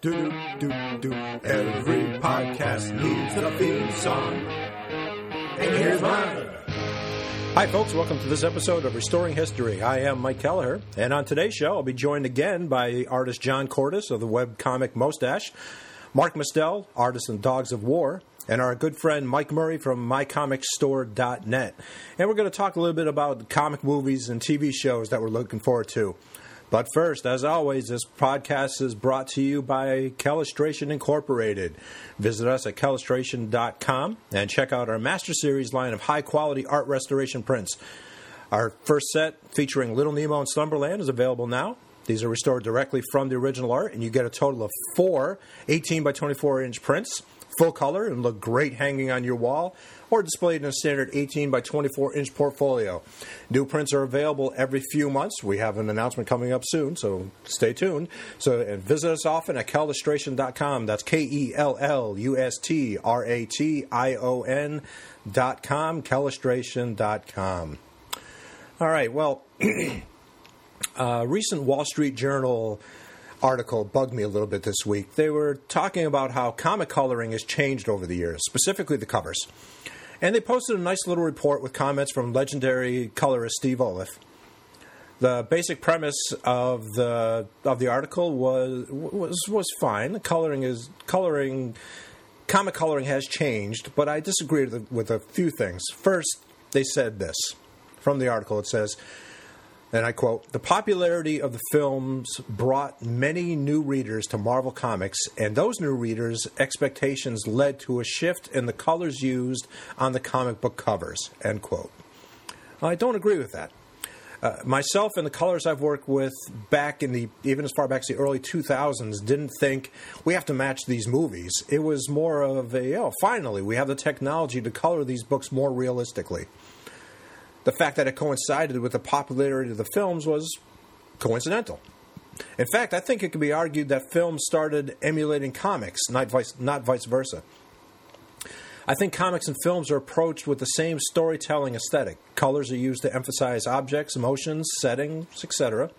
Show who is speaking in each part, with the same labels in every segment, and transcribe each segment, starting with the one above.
Speaker 1: Do do do do. Every podcast needs a theme song, and here's mine. Hi, folks. Welcome to this episode of Restoring History. I am Mike Kelleher, and on today's show, I'll be joined again by artist John Cordes of the web comic Mostache, Mark Mustel, artist in Dogs of War, and our good friend Mike Murray from MyComicStore.net. And we're going to talk a little bit about comic movies and TV shows that we're looking forward to. But first, as always, this podcast is brought to you by Calistration Incorporated. Visit us at calistration.com and check out our Master Series line of high quality art restoration prints. Our first set featuring Little Nemo and Slumberland is available now. These are restored directly from the original art, and you get a total of four 18 by 24 inch prints, full color, and look great hanging on your wall or displayed in a standard 18 by 24 inch portfolio. New prints are available every few months. We have an announcement coming up soon, so stay tuned. So and visit us often at calistration.com. That's K E L L U S T R A T I O N dot com, calistration.com. All right, well, a recent Wall Street Journal article bugged me a little bit this week. They were talking about how comic coloring has changed over the years, specifically the covers. And they posted a nice little report with comments from legendary colorist Steve Olaf. The basic premise of the of the article was was was fine. Coloring is coloring comic coloring has changed, but I disagreed with, with a few things. First, they said this from the article. It says, and I quote The popularity of the films brought many new readers to Marvel Comics, and those new readers' expectations led to a shift in the colors used on the comic book covers. End quote. I don't agree with that. Uh, myself and the colors I've worked with back in the even as far back as the early 2000s didn't think we have to match these movies. It was more of a oh finally we have the technology to color these books more realistically the fact that it coincided with the popularity of the films was coincidental. In fact, I think it could be argued that films started emulating comics, not vice, not vice versa. I think comics and films are approached with the same storytelling aesthetic. Colors are used to emphasize objects, emotions, settings, etc.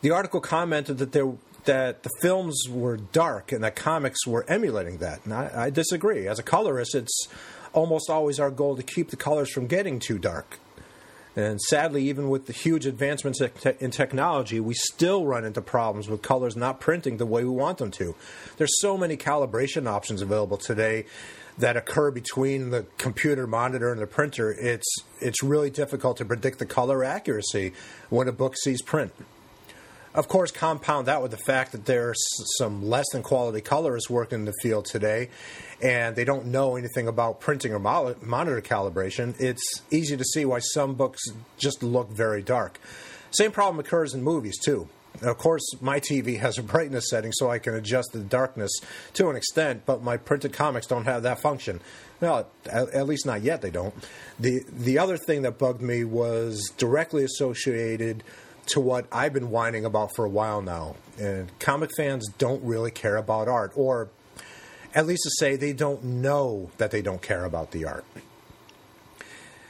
Speaker 1: The article commented that there that the films were dark and that comics were emulating that. And I, I disagree. As a colorist, it's almost always our goal to keep the colors from getting too dark. And sadly, even with the huge advancements in te- in technology, we still run into problems with colors not printing the way we want them to. There's so many calibration options available today that occur between the computer monitor and the printer. It's it's really difficult to predict the color accuracy when a book sees print of course, compound that with the fact that there's some less than quality colorists working in the field today, and they don't know anything about printing or mol- monitor calibration. It's easy to see why some books just look very dark. Same problem occurs in movies too. And of course, my TV has a brightness setting, so I can adjust the darkness to an extent. But my printed comics don't have that function. Well, at, at least not yet. They don't. the The other thing that bugged me was directly associated to what I've been whining about for a while now. And comic fans don't really care about art, or at least to say they don't know that they don't care about the art.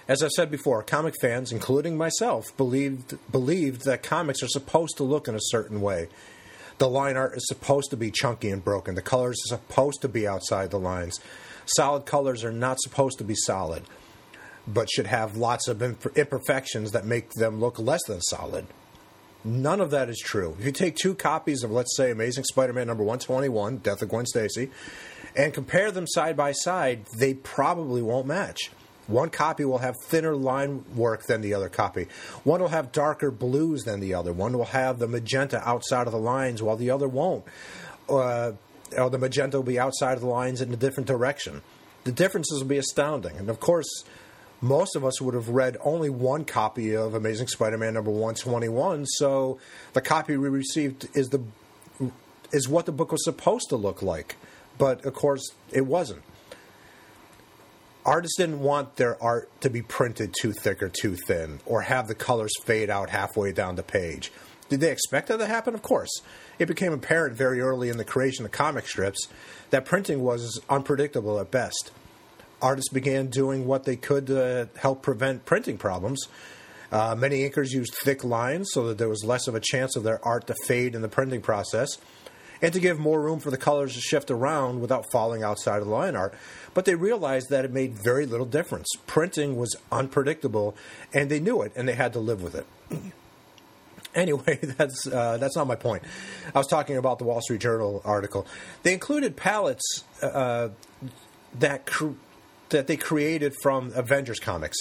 Speaker 1: As I've said before, comic fans, including myself, believed believed that comics are supposed to look in a certain way. The line art is supposed to be chunky and broken. The colors are supposed to be outside the lines. Solid colors are not supposed to be solid, but should have lots of imper- imperfections that make them look less than solid. None of that is true. If you take two copies of, let's say, Amazing Spider Man number 121, Death of Gwen Stacy, and compare them side by side, they probably won't match. One copy will have thinner line work than the other copy. One will have darker blues than the other. One will have the magenta outside of the lines while the other won't. Uh, or the magenta will be outside of the lines in a different direction. The differences will be astounding. And of course, most of us would have read only one copy of Amazing Spider-Man number 121, so the copy we received is the is what the book was supposed to look like, but of course it wasn't. Artists didn't want their art to be printed too thick or too thin, or have the colors fade out halfway down the page. Did they expect that to happen? Of course. It became apparent very early in the creation of comic strips that printing was unpredictable at best artists began doing what they could to help prevent printing problems. Uh, many inkers used thick lines so that there was less of a chance of their art to fade in the printing process. and to give more room for the colors to shift around without falling outside of the line art. But they realized that it made very little difference. Printing was unpredictable, and they knew it, and they had to live with it. Anyway, that's uh, that's not my point. I was talking about the Wall Street Journal article. They included palettes uh, that cr- that they created from Avengers comics.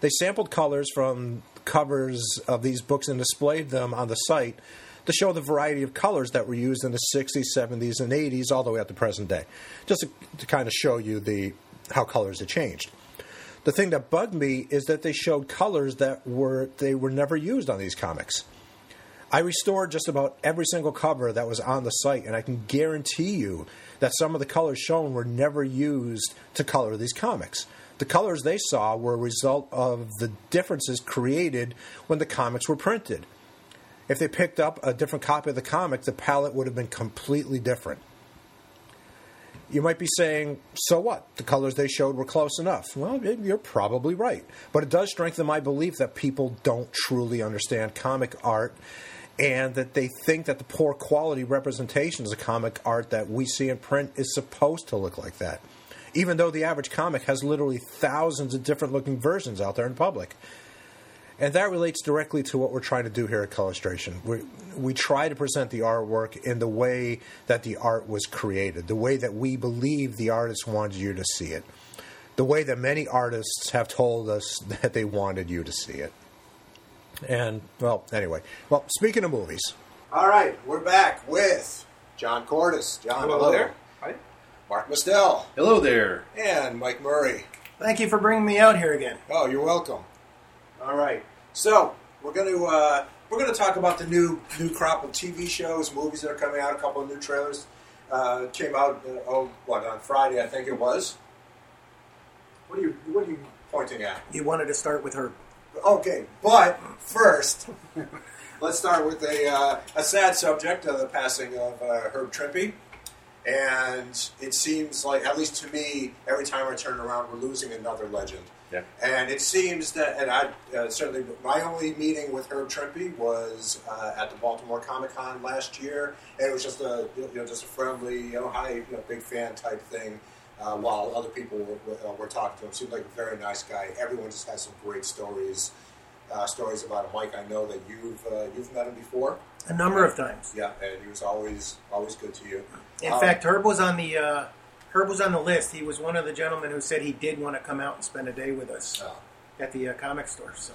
Speaker 1: They sampled colors from covers of these books and displayed them on the site to show the variety of colors that were used in the 60s, 70s, and 80s, all the way up to present day, just to, to kind of show you the how colors had changed. The thing that bugged me is that they showed colors that were they were never used on these comics. I restored just about every single cover that was on the site, and I can guarantee you that some of the colors shown were never used to color these comics. The colors they saw were a result of the differences created when the comics were printed. If they picked up a different copy of the comic, the palette would have been completely different. You might be saying, so what? The colors they showed were close enough. Well, it- you're probably right. But it does strengthen my belief that people don't truly understand comic art and that they think that the poor quality representations of comic art that we see in print is supposed to look like that. Even though the average comic has literally thousands of different looking versions out there in public. And that relates directly to what we're trying to do here at Colorstration. We, we try to present the artwork in the way that the art was created, the way that we believe the artist wanted you to see it, the way that many artists have told us that they wanted you to see it. And, well, anyway. Well, speaking of movies. All right, we're back with John Cordis. John,
Speaker 2: Hi.
Speaker 1: Mark Mostel.
Speaker 3: Hello there.
Speaker 1: And Mike Murray.
Speaker 2: Thank you for bringing me out here again.
Speaker 1: Oh, you're welcome. All right. So we're going to uh, we're going to talk about the new new crop of TV shows, movies that are coming out. A couple of new trailers uh, came out. Uh, oh, what on Friday? I think it was. What are you What are you pointing at?
Speaker 2: You wanted to start with her.
Speaker 1: Okay, but first, let's start with a, uh, a sad subject of the passing of uh, Herb Trimpe. And it seems like, at least to me, every time I turn around, we're losing another legend.
Speaker 3: Yeah.
Speaker 1: And it seems that, and I uh, certainly, my only meeting with Herb Trimpe was uh, at the Baltimore Comic Con last year, and it was just a, you know, just a friendly, you know, hi, you know, big fan type thing. Uh, while other people were, were- uh, were talking to him, seemed like a very nice guy. Everyone just has some great stories, uh, stories about him. Mike, I know that you've uh, you've met him before.
Speaker 2: A number of times.
Speaker 1: Yeah, and he was always always good to you.
Speaker 2: In
Speaker 1: Um,
Speaker 2: fact, Herb was on the uh, Herb was on the list. He was one of the gentlemen who said he did want to come out and spend a day with us
Speaker 1: uh,
Speaker 2: at the uh, comic store. So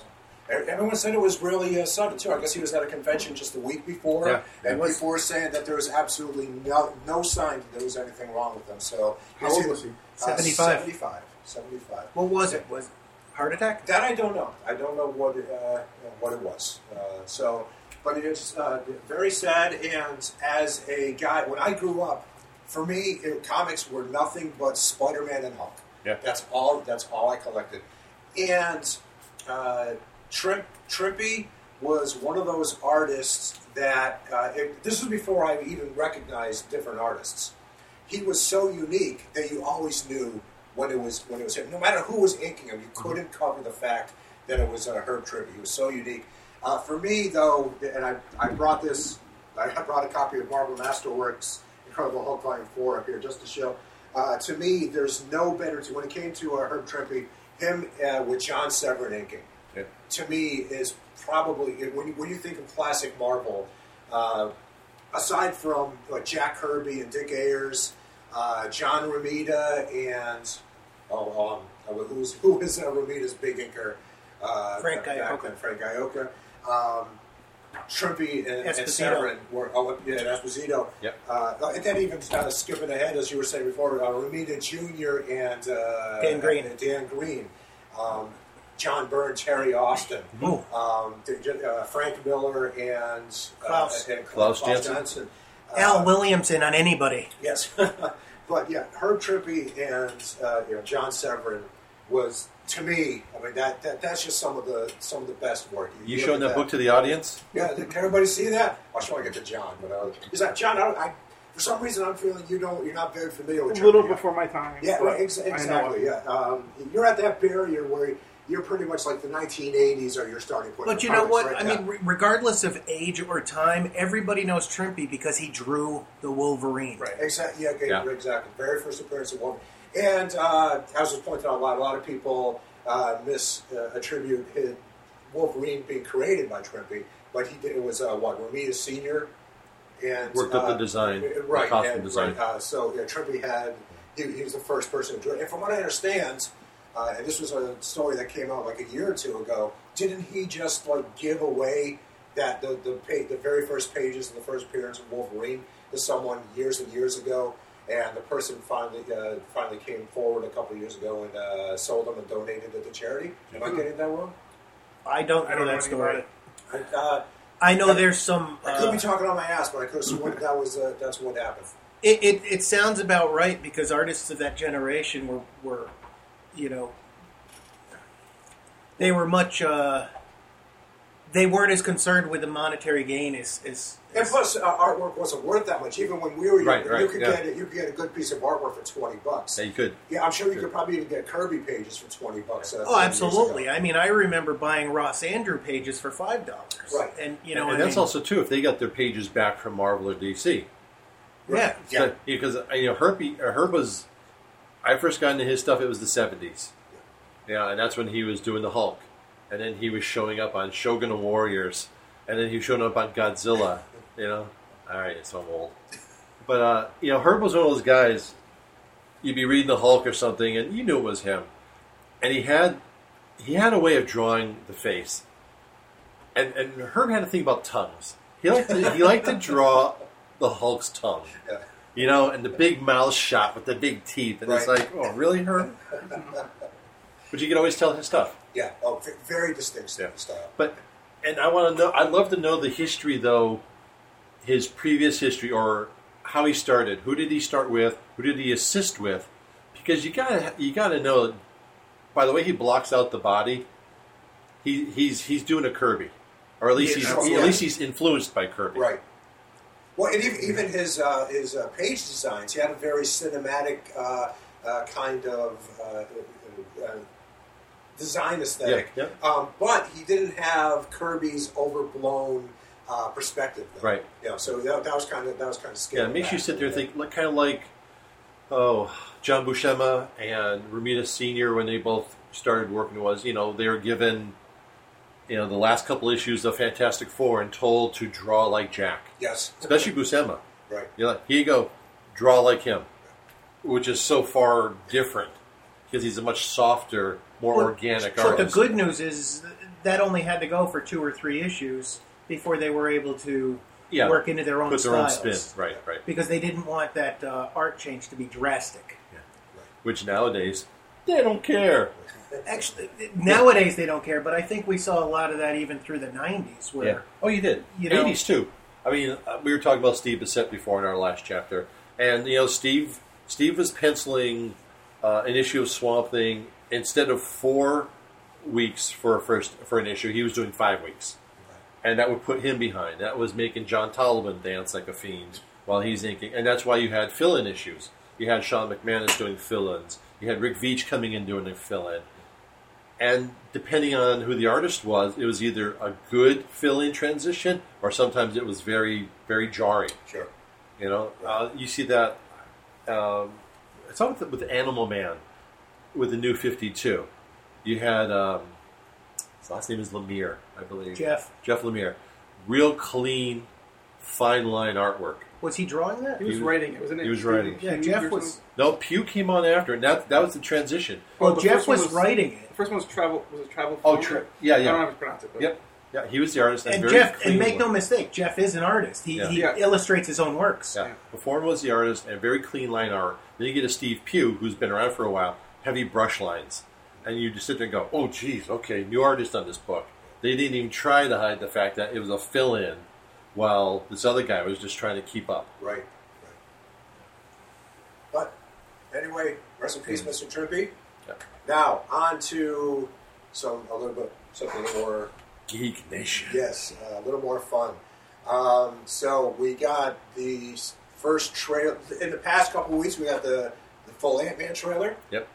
Speaker 1: Everyone said it was really uh, sudden too. I guess he was at a convention just a week before,
Speaker 3: Yeah.
Speaker 1: and before saying that there was absolutely no no sign that there was anything wrong with him. So
Speaker 3: How old was he?
Speaker 1: Uh,
Speaker 2: 75.
Speaker 1: 75. 75.
Speaker 2: what was it? Was it heart attack?
Speaker 1: That I don't know. I don't know what it, uh, what it was. Uh, so, but it is uh, very sad. And as a guy, when I grew up, for me, it, comics were nothing but Spider Man and Hulk.
Speaker 3: Yeah.
Speaker 1: That's all. That's all I collected. And uh, Trim, Trimpy was one of those artists that uh, it, this was before I even recognized different artists he was so unique that you always knew when it was when it was him. No matter who was inking him, you couldn't cover the fact that it was uh, Herb Trimpe. He was so unique. Uh, for me, though, and I, I brought this, I brought a copy of Marvel Masterworks Incredible Hulk Volume Four up here just to show. Uh, to me, there's no better. To, when it came to uh, Herb Trimpe, him uh, with John Severin inking
Speaker 3: Yeah.
Speaker 1: to me is probably when you, when you think of classic Marvel, uh, aside from uh, Jack Kirby and Dick Ayers, uh, John Romita, and oh, um, who's who is uh, Romita's big inker? Uh,
Speaker 2: Frank
Speaker 1: back
Speaker 2: Iocca.
Speaker 1: then, Frank Iocca. Um, Shrimpy and, and
Speaker 2: Esposito.
Speaker 1: Severin were oh yeah, and Esposito.
Speaker 3: Yep.
Speaker 1: Uh, and then even kind of skipping ahead, as you were saying before, uh, Romita Jr. and uh,
Speaker 2: Dan Green.
Speaker 1: and Dan Green, um, John Burns, Harry Austin
Speaker 2: Ooh.
Speaker 1: um, the- uh, Frank Miller and uh,
Speaker 2: Klaus.
Speaker 1: and
Speaker 3: Klaus Janssen.
Speaker 1: Johnson. Uh,
Speaker 2: Al Williamson on anybody.
Speaker 1: Yes, but yeah, Herb Trimpe and uh, you know John Severin was to me. I mean that, that that's just some of the some of the best work.
Speaker 3: You
Speaker 1: look
Speaker 3: showing
Speaker 1: at
Speaker 3: that book to the audience?
Speaker 1: Yeah, did everybody see that? I should want to get to John, but uh, is that John? I, don't, I for some reason I'm feeling you don't you're not very familiar with
Speaker 4: a little
Speaker 1: Trimpe.
Speaker 4: before my time.
Speaker 1: Yeah,
Speaker 4: but
Speaker 1: right, ex-
Speaker 4: I know
Speaker 1: exactly.
Speaker 4: it.
Speaker 1: Yeah, um, you're at that barrier where you're pretty much like the 1980s are your starting point.
Speaker 2: But
Speaker 1: for
Speaker 2: you know
Speaker 1: comics
Speaker 2: what?
Speaker 1: right
Speaker 2: I
Speaker 1: now.
Speaker 2: mean, re- regardless of age or time, everybody knows Trimpy because he drew the Wolverine.
Speaker 1: Right. Exactly. Yeah, okay,
Speaker 3: Yeah.
Speaker 1: Exactly. Very first appearance of Wolverine. And uh, as was pointed out, a lot, a lot of people uh, misattribute his Wolverine being created by Trimpe, but he did, it was uh, what Ramita Senior and
Speaker 3: Worked
Speaker 1: uh,
Speaker 3: up the design, the
Speaker 1: right?
Speaker 3: costume
Speaker 1: and,
Speaker 3: design.
Speaker 1: right, uh, so yeah, Trimpe had he, he was the first person to do it. And from what I understand, uh, and this was a story that came out like a year or two ago. Didn't he just like give away that the the, pa- the very first pages and the first appearance of Wolverine to someone years and years ago? And the person finally uh, finally came forward a couple of years ago and uh, sold them and donated it to charity. Am I getting that wrong?
Speaker 2: I don't know
Speaker 4: I don't know
Speaker 2: that story.
Speaker 4: anybody.
Speaker 1: I, uh,
Speaker 2: I know there's some.
Speaker 1: I could
Speaker 2: Uh,
Speaker 1: be talking on my ass, but I could have sworn that was uh, that's what happened.
Speaker 2: it, it, it sounds about right because artists of that generation were, were you know, they were much. Uh, they weren't as concerned with the monetary gain as. as,
Speaker 1: And
Speaker 2: as
Speaker 1: plus, uh, artwork wasn't worth that much. Even when we were
Speaker 3: Right,
Speaker 1: younger, you
Speaker 3: right,
Speaker 1: could
Speaker 3: yeah.
Speaker 1: get a, you could get a good piece of artwork for twenty bucks.
Speaker 3: Yeah, you could.
Speaker 1: Yeah, I'm sure you could probably even get Kirby pages for twenty bucks. Uh, 10
Speaker 2: oh,
Speaker 1: years
Speaker 2: absolutely.
Speaker 1: ago.
Speaker 2: I mean, I remember buying Ross Andrew pages for five dollars.
Speaker 1: Right.
Speaker 2: and you know, I
Speaker 3: and that's
Speaker 2: mean,
Speaker 3: also too if they got their pages back from Marvel or DC.
Speaker 2: yeah.
Speaker 1: Yeah.
Speaker 3: So- because uh, you know Herpy, uh, Herb was. I first got into his stuff. It was the seventies. Yeah, and that's when he was doing the Hulk, and then he was showing up on Shogun of Warriors, and then he was showing up on Godzilla. you know, all right, so I'm old, but uh, you know Herb was one of those guys. You'd be reading the Hulk or something, and you knew it was him, and he had he had a way of drawing the face, and and Herb had a thing about tongues. He liked to, he liked to draw the Hulk's tongue
Speaker 1: Yeah.
Speaker 3: you know, and the big mouth shot with the big teeth, and it's
Speaker 1: Right.
Speaker 3: like, oh, really, her? but you can always tell his stuff.
Speaker 1: Yeah. Oh, v- very distinct
Speaker 3: Yeah.
Speaker 1: style.
Speaker 3: But and I want to know. I'd love to know the history, though, his previous history or how he started. Who did he start with? Who did he assist with? Because you gotta you gotta know. By the way, he blocks out the body. He he's he's doing a Kirby, or at least
Speaker 1: Yeah,
Speaker 3: he's
Speaker 1: Oh, yeah.
Speaker 3: at least he's influenced by Kirby.
Speaker 1: Right. Well, and even, even his uh, his uh, page designs, he had a very cinematic uh, uh, kind of uh, uh, uh, design aesthetic.
Speaker 3: Yeah,
Speaker 1: Um, but he didn't have Kirby's overblown uh, perspective. Though.
Speaker 3: Right.
Speaker 1: Yeah. So that, that was kind of that was kind of scary.
Speaker 3: Yeah, it makes you sit there and think, like, kind of like, oh, John Buscema and Ramita Senior when they both started working was, you know, they were given, you know, the last couple issues of Fantastic Four and told to draw like Jack,
Speaker 1: Yes.
Speaker 3: especially Buscema.
Speaker 1: Right.
Speaker 3: You're like, here you go, draw like him, which is so far different because he's a much softer, more
Speaker 2: Well,
Speaker 3: organic
Speaker 2: But the
Speaker 3: artist.
Speaker 2: good news is that only had to go for two or three issues before they were able to
Speaker 3: yeah,
Speaker 2: work into their own
Speaker 3: put their own
Speaker 2: styles
Speaker 3: spin, right, right.
Speaker 2: because they didn't want that uh, art change to be drastic.
Speaker 3: Which nowadays they don't care.
Speaker 2: Actually, nowadays they don't care, but I think we saw a lot of that even through the '90s, where
Speaker 3: Yeah. Oh, you did.
Speaker 2: You know-
Speaker 3: Eighties too. I mean, uh, we were talking about Steve Bissett before in our last chapter, and you know, Steve Steve was penciling uh, an issue of Swamp Thing instead of four weeks for a first for an issue. He was doing five weeks, and that would put him behind. That was making John Tollivan dance like a fiend while he's inking, and that's why you had fill-in issues. You had Sean McManus doing fill-ins. You had Rick Veitch coming in doing a fill-in. And depending on who the artist was, it was either a good fill-in transition or sometimes it was very, very jarring.
Speaker 1: Sure.
Speaker 3: You know, uh, you see that. Um, it's all with, with Animal Man, with the new Fifty Two. You had um, his last name is Lemire, I believe.
Speaker 2: Jeff
Speaker 3: Jeff Lemire, real clean, fine line artwork.
Speaker 2: was he drawing that?
Speaker 4: He was
Speaker 3: He was-
Speaker 4: writing it, wasn't it?
Speaker 3: he was oh, writing.
Speaker 2: Yeah,
Speaker 4: Hugh
Speaker 2: Jeff
Speaker 4: Pearson?
Speaker 2: was.
Speaker 3: No, Pew came on after, and that that was the transition.
Speaker 4: Well,
Speaker 2: Well,
Speaker 4: the
Speaker 2: Jeff
Speaker 4: first one
Speaker 2: was,
Speaker 4: was-
Speaker 2: writing it,
Speaker 4: The first one was travel. Was it travel?
Speaker 3: Oh,
Speaker 4: Phone?
Speaker 3: Tra- yeah,
Speaker 4: I
Speaker 3: yeah.
Speaker 4: don't know how to pronounce it. But
Speaker 3: Yep. Yeah, he was the artist.
Speaker 2: and
Speaker 3: very
Speaker 2: Jeff,
Speaker 3: clean
Speaker 2: and make
Speaker 3: one.
Speaker 2: no mistake, Jeff is an artist. He,
Speaker 3: Yeah.
Speaker 2: he
Speaker 4: Yeah.
Speaker 2: illustrates his own works.
Speaker 3: Yeah. Before was the artist and very clean line art. Then you get a Steve Pugh who's been around for a while, heavy brush lines. And you just sit there and go, oh, geez, okay, new artist on this book. They didn't even try to hide the fact that it was a fill in while this other guy was just trying to keep up.
Speaker 1: Right. right. But anyway, rest in peace, Mr. Trimpy.
Speaker 3: Mm. Yeah.
Speaker 1: Now on to some a little bit something more
Speaker 3: Geek Nation.
Speaker 1: yes uh, a little more fun. Um, so we got the s- first trailer in the past couple weeks. We got the the full Ant Man trailer.
Speaker 3: Yep.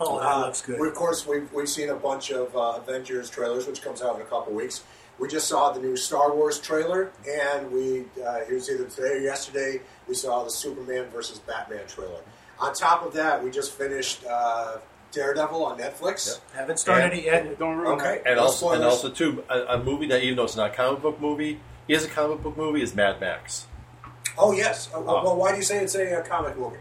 Speaker 2: Oh, that
Speaker 1: Uh,
Speaker 2: looks good.
Speaker 1: We, of course, we've, we've seen a bunch of uh, Avengers trailers, which comes out in a couple weeks. We just saw the new Star Wars trailer, and we uh, it was either today or yesterday. We saw the Superman versus Batman trailer. On top of that, we just finished uh, Daredevil on Netflix.
Speaker 2: Haven't started
Speaker 3: And-
Speaker 2: it yet.
Speaker 4: Don't ruin
Speaker 1: Okay,
Speaker 3: And
Speaker 1: no
Speaker 3: also, and
Speaker 1: spoilers.
Speaker 3: also too, a, a movie that even though it's not a comic book movie, is a comic book movie is Mad Max.
Speaker 1: oh yes. Uh, well, why do you say it's a uh, comic movie?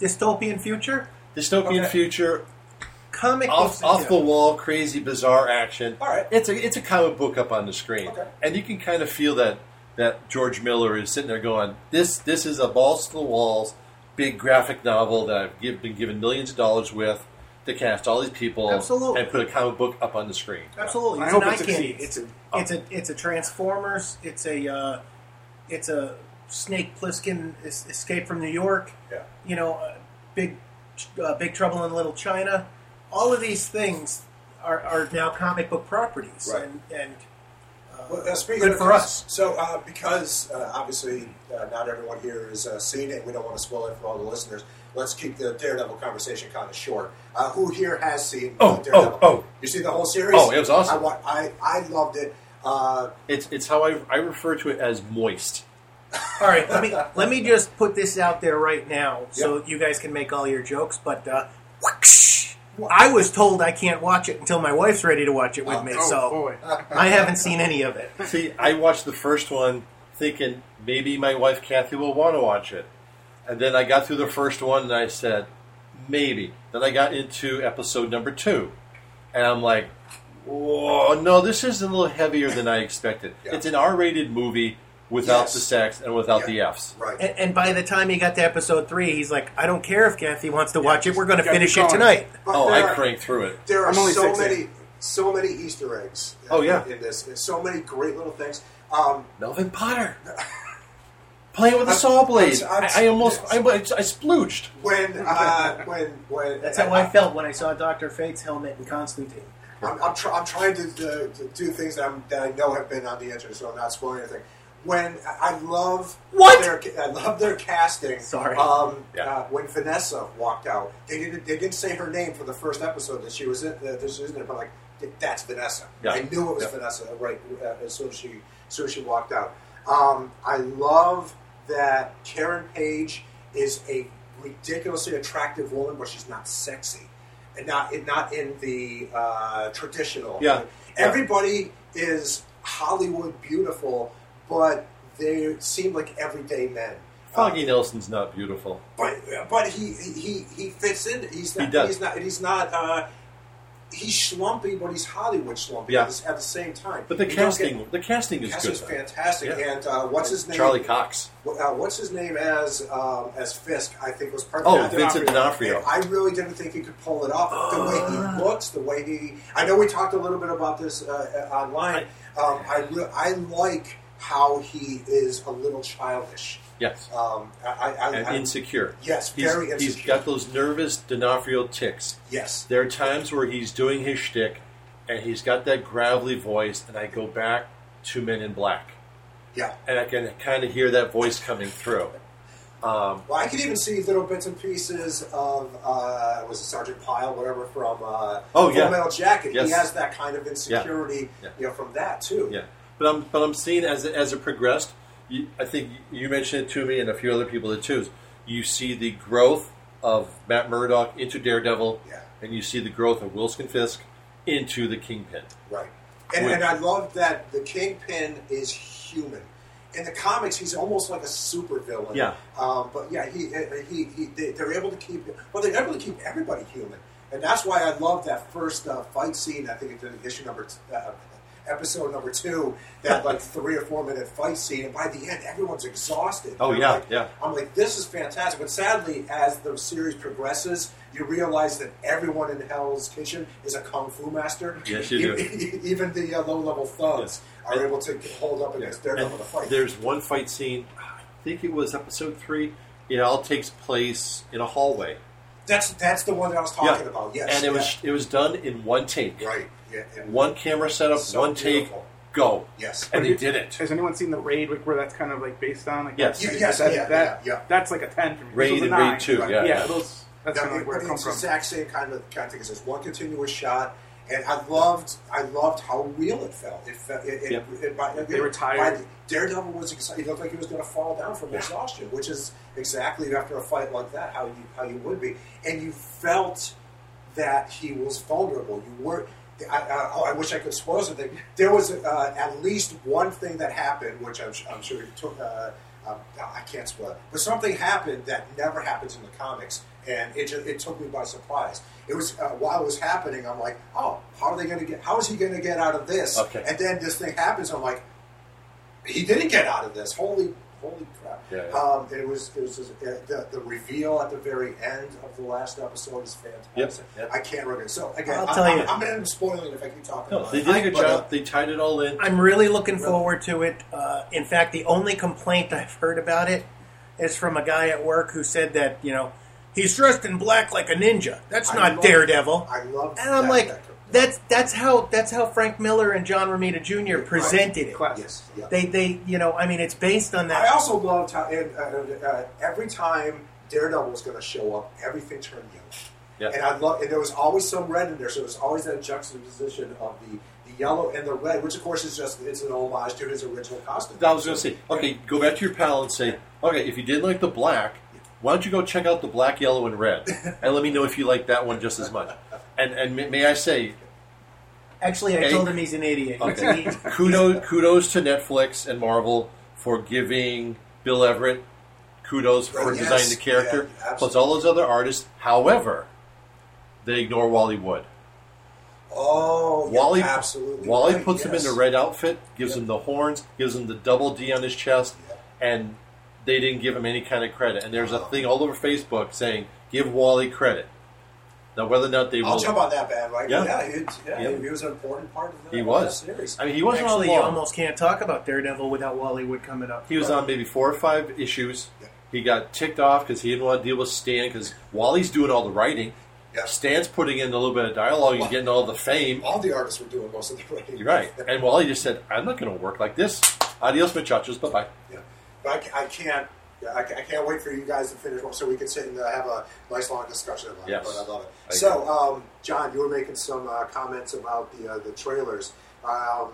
Speaker 2: Dystopian future?
Speaker 3: Dystopian
Speaker 1: Okay.
Speaker 3: future,
Speaker 2: Comic
Speaker 3: off
Speaker 2: books-
Speaker 3: off
Speaker 2: yeah.
Speaker 3: the wall, crazy, bizarre action.
Speaker 1: All right.
Speaker 3: it's a it's a comic book up on the screen,
Speaker 1: Okay.
Speaker 3: and you can kind of feel that that George Miller is sitting there going, "This this is a balls to the walls, big graphic novel that I've give, been given millions of dollars with to cast all these people
Speaker 2: Absolutely.
Speaker 3: and put a comic book up on the screen."
Speaker 2: Absolutely.
Speaker 4: I
Speaker 2: It's
Speaker 4: hope
Speaker 2: an
Speaker 4: it
Speaker 2: eye candy.
Speaker 4: succeeds.
Speaker 2: It's a, it's a it's a Transformers. It's a uh, it's a Snake Plissken es- Escape from New York.
Speaker 1: Yeah.
Speaker 2: You know, uh, big uh, Big Trouble in Little China. All of these things are, are now comic book properties,
Speaker 1: Right.
Speaker 2: and and
Speaker 1: Well, uh, speaking
Speaker 2: Good
Speaker 1: of
Speaker 2: for
Speaker 1: this,
Speaker 2: us.
Speaker 1: So, uh, because uh, obviously uh, not everyone here has uh, seen it, we don't want to spoil it for all the listeners. Let's keep the Daredevil conversation kind of short. Uh, who here has seen
Speaker 3: Oh,
Speaker 1: uh, Daredevil?
Speaker 3: oh, oh.
Speaker 1: You see the whole series?
Speaker 3: Oh, it was awesome.
Speaker 1: I, wa- I, I loved it. Uh,
Speaker 3: It's it's how I, I refer to it as moist.
Speaker 2: all right. Let me let me just put this out there right now, so you guys can make all your jokes. But uh, whoosh, I was told I can't watch it until my wife's ready to watch it with me,
Speaker 4: Oh,
Speaker 2: so
Speaker 4: boy.
Speaker 2: I haven't seen any of it.
Speaker 3: See, I watched the first one thinking maybe my wife Kathy will want to watch it. And then I got through the first one and I said, maybe. Then I got into episode number two. And I'm like, whoa, no, this is a little heavier than I expected.
Speaker 1: Yeah.
Speaker 3: It's an R rated movie without
Speaker 1: Yes.
Speaker 3: the sex and without the
Speaker 1: Yeah.
Speaker 3: F's.
Speaker 1: right.
Speaker 2: And, and by the time he got to episode three, he's like, "I don't care if Kathy wants to watch it. We're going to
Speaker 4: gotta
Speaker 2: finish
Speaker 4: keep
Speaker 2: it
Speaker 4: going.
Speaker 2: tonight."
Speaker 1: But
Speaker 3: oh, I
Speaker 1: there are-
Speaker 3: cranked through it.
Speaker 1: There are
Speaker 4: I'm only
Speaker 1: so
Speaker 4: six in.
Speaker 1: many, so many Easter eggs. in-
Speaker 3: Oh, yeah.
Speaker 1: in this, and so many great little things. Um,
Speaker 3: Melvin Potter. Playing with a
Speaker 1: I'm-
Speaker 3: saw blade.
Speaker 1: I'm-
Speaker 3: I,
Speaker 1: I'm-
Speaker 3: I almost, I, I splooged.
Speaker 1: when, uh, when, when
Speaker 2: That's how I felt when I saw Doctor Fate's helmet in Constantine.
Speaker 1: I'm, I'm, try, I'm trying to, to, to do things that, I'm, that I know have been on the internet, so I'm not spoiling anything. When I I love
Speaker 2: What?
Speaker 1: their I love their casting.
Speaker 2: Sorry.
Speaker 1: Um,
Speaker 3: Yeah.
Speaker 1: uh, when Vanessa walked out, they didn't they didn't say her name for the first episode that she was in. That this is in it, but like that's Vanessa.
Speaker 3: Yeah.
Speaker 1: I knew it was
Speaker 3: Yeah.
Speaker 1: Vanessa right uh, as soon as she as soon as she walked out. Um, I love that Karen Page is a ridiculously attractive woman, but she's not sexy, and not and not in the uh, traditional.
Speaker 3: Yeah.
Speaker 1: everybody is Hollywood beautiful, but they seem like everyday men. Uh,
Speaker 3: Foggy Nelson's not beautiful.
Speaker 1: but but he he he fits in. He's not.
Speaker 3: He does.
Speaker 1: He's not. and He's not. Uh, he's schlumpy, but he's Hollywood schlumpy
Speaker 3: Yeah.
Speaker 1: at, the, at the same time.
Speaker 3: But the
Speaker 1: You don't
Speaker 3: casting,
Speaker 1: get-
Speaker 3: the casting is
Speaker 1: casting's
Speaker 3: good.
Speaker 1: fantastic.
Speaker 3: Yeah.
Speaker 1: And uh, what's his name?
Speaker 3: Charlie Cox.
Speaker 1: Uh, what's his name as um, as Fisk? I think was perfect.
Speaker 3: Oh,
Speaker 1: I did-
Speaker 3: Vincent D'Onofrio.
Speaker 1: and I really didn't think he could pull it off. The way he looks, the way he. I know we talked a little bit about this uh, uh, online. Um, I re- I like how he is a little childish.
Speaker 3: Yes.
Speaker 1: Um, I, I,
Speaker 3: and
Speaker 1: I,
Speaker 3: insecure.
Speaker 1: Yes,
Speaker 3: He's-
Speaker 1: very
Speaker 3: He's
Speaker 1: insecure.
Speaker 3: got those nervous D'Onofrio ticks.
Speaker 1: yes.
Speaker 3: There are times where he's doing his shtick, and he's got that gravelly voice, and I go back to Men in Black,
Speaker 1: Yeah.
Speaker 3: and I can kind of hear that voice coming through. Um,
Speaker 1: Well, I could even see little bits and pieces of uh, was it Sergeant Pyle, whatever from uh,
Speaker 3: Oh,
Speaker 1: Full
Speaker 3: yeah.
Speaker 1: Metal Jacket.
Speaker 3: Yes.
Speaker 1: He has that kind of insecurity,
Speaker 3: Yeah.
Speaker 1: you know, from that too.
Speaker 3: yeah, but I'm but I'm seeing as it- as it progressed. You, I think you mentioned it to me, and a few other people did too. is You see the growth of Matt Murdock into Daredevil,
Speaker 1: Yeah.
Speaker 3: and you see the growth of Wilson Fisk into the Kingpin.
Speaker 1: Right. And,
Speaker 3: With-
Speaker 1: and I love that the Kingpin is human. In the comics, he's almost like a supervillain.
Speaker 3: Yeah.
Speaker 1: Um, but yeah, he, he, he they, they're able to keep well, they're able to keep everybody human, and that's why I love that first uh, fight scene. I think it's in issue number, t- uh, episode number two, that like three or four minute fight scene, and by the end, everyone's exhausted.
Speaker 3: Oh,
Speaker 1: I'm
Speaker 3: yeah,
Speaker 1: like-
Speaker 3: yeah.
Speaker 1: I'm like, this is fantastic. But sadly, as the series progresses, you realize that everyone in Hell's Kitchen is a kung fu master.
Speaker 3: Yes, you do.
Speaker 1: Even, even the uh, low level thugs
Speaker 3: Yes.
Speaker 1: are able to hold up against their level
Speaker 3: And
Speaker 1: of fight.
Speaker 3: There's one fight scene. I think it was episode three. It all takes place in a hallway.
Speaker 1: That's that's the one that I was talking about. Yes,
Speaker 3: and it was
Speaker 1: yeah.
Speaker 3: it was done in one take.
Speaker 1: right. Yeah, and
Speaker 3: One camera setup,
Speaker 1: So
Speaker 3: one take,
Speaker 1: beautiful.
Speaker 3: go.
Speaker 1: Yes.
Speaker 3: and they did it.
Speaker 4: Has anyone seen the raid like, where that's kind of like based on? Like
Speaker 3: Yes.
Speaker 4: that's-
Speaker 1: Yes,
Speaker 4: that,
Speaker 1: yeah,
Speaker 4: that,
Speaker 1: yeah, yeah.
Speaker 4: that's like a ten for me. This
Speaker 3: Raid
Speaker 4: was a
Speaker 3: and Raid
Speaker 4: nine,
Speaker 3: two,
Speaker 4: but
Speaker 3: yeah, yeah.
Speaker 4: those That's
Speaker 1: Now,
Speaker 4: kind of
Speaker 1: it-
Speaker 4: where
Speaker 1: but
Speaker 4: it come
Speaker 1: it's
Speaker 4: from.
Speaker 1: the exact same kind of kind of thing. It's just one continuous shot, and I loved I loved how real it felt. It felt it, it,
Speaker 3: Yep.
Speaker 1: it- by,
Speaker 4: They were tired.
Speaker 1: by the- Daredevil was excited. He looked like he was going to fall down from exhaustion, which is exactly after a fight like that how you how you would be, and you felt that he was vulnerable. You were. I, I, oh, I wish I could spoil something. There was uh, at least one thing that happened, which I'm, I'm sure you took. Uh, um, I can't spoil, it, but something happened that never happens in the comics, and it just, it took me by surprise. It was uh, while it was happening, I'm like, oh, how are they going to get? How is he going to get out of this?
Speaker 3: Okay.
Speaker 1: And then this thing happens. I'm like, he didn't get out of this. Holy, holy crap!
Speaker 3: Yeah, yeah.
Speaker 1: Um, it was it was just, uh, the, the reveal at the very end of the last episode is fantastic.
Speaker 3: Yep, yep.
Speaker 1: I can't remember. So again,
Speaker 2: I'll
Speaker 1: I'm,
Speaker 2: tell
Speaker 1: I'm,
Speaker 2: you.
Speaker 1: I'm gonna end up spoiling it if I keep talking.
Speaker 3: No,
Speaker 1: about
Speaker 3: they
Speaker 1: it.
Speaker 3: did a good
Speaker 1: But, uh,
Speaker 3: job. They tied it all in.
Speaker 2: I'm really looking forward to it. Uh, in fact, the only complaint I've heard about it is from a guy at work who said that you know he's dressed in black like a ninja. That's
Speaker 1: I
Speaker 2: not
Speaker 1: love-
Speaker 2: Daredevil.
Speaker 1: I love.
Speaker 2: and I'm
Speaker 1: that-
Speaker 2: like,
Speaker 1: that-
Speaker 2: that's that's how that's how Frank Miller and John Romita Jr. presented it.
Speaker 4: Classic.
Speaker 1: yes. Yeah.
Speaker 2: They they you know I mean it's based on
Speaker 1: I
Speaker 2: that.
Speaker 1: also loved how and, uh, uh, every time Daredevil was going to show up, everything turned yellow.
Speaker 3: Yeah.
Speaker 1: And I love, and there was always some red in there, so it was always that juxtaposition of the, the yellow and the red, which of course is just it's an homage to his original costume.
Speaker 3: I was going to say, okay, go back to your pal and say, okay, if you did like the black, why don't you go check out the black, yellow, and red, and let me know if you like that one just as much. And and may, may I say,
Speaker 2: Actually, I
Speaker 3: Hey.
Speaker 2: told him he's an idiot. He's-
Speaker 3: Okay.
Speaker 2: he's-
Speaker 3: kudos kudos to Netflix and Marvel for giving Bill Everett kudos for
Speaker 1: Right, yes.
Speaker 3: designing the character,
Speaker 1: Yeah,
Speaker 3: plus all those other artists. However, they ignore Wally Wood.
Speaker 1: Oh, you're
Speaker 3: Wally
Speaker 1: absolutely.
Speaker 3: Wally
Speaker 1: right,
Speaker 3: puts him in
Speaker 1: yes.
Speaker 3: the red outfit, gives him the horns, gives him the double D on his chest, and they didn't give him any kind of credit. And there's a thing all over Facebook saying, "Give Wally credit." Now, whether or not they
Speaker 1: I'll
Speaker 3: will,
Speaker 1: jump on that band, right?
Speaker 3: Yeah.
Speaker 1: Yeah, it, yeah,
Speaker 3: Yeah.
Speaker 1: he was an important part of the
Speaker 3: he was.
Speaker 1: series.
Speaker 3: I mean, he wasn't on
Speaker 2: Actually, you
Speaker 3: long.
Speaker 2: almost can't talk about Daredevil without Wally Wood coming up.
Speaker 3: He was on maybe four or five issues. He got ticked off because he didn't want to deal with Stan because Wally's doing all the writing.
Speaker 1: Yeah. oh,
Speaker 3: Stan's putting in a little bit of dialogue and getting all the fame.
Speaker 1: All the artists were doing most of the writing.
Speaker 3: You're right. And Wally just said, I'm not going to work like this. Adios, muchachos. Bye bye.
Speaker 1: Yeah. But I, ca- I can't. yeah, I, ca- I can't wait for you guys to finish one so we can sit and uh, have a nice long discussion about
Speaker 3: Yes.
Speaker 1: it. But I love it.
Speaker 3: I
Speaker 1: so, um, John, you were making some uh, comments about the uh, the trailers. Um,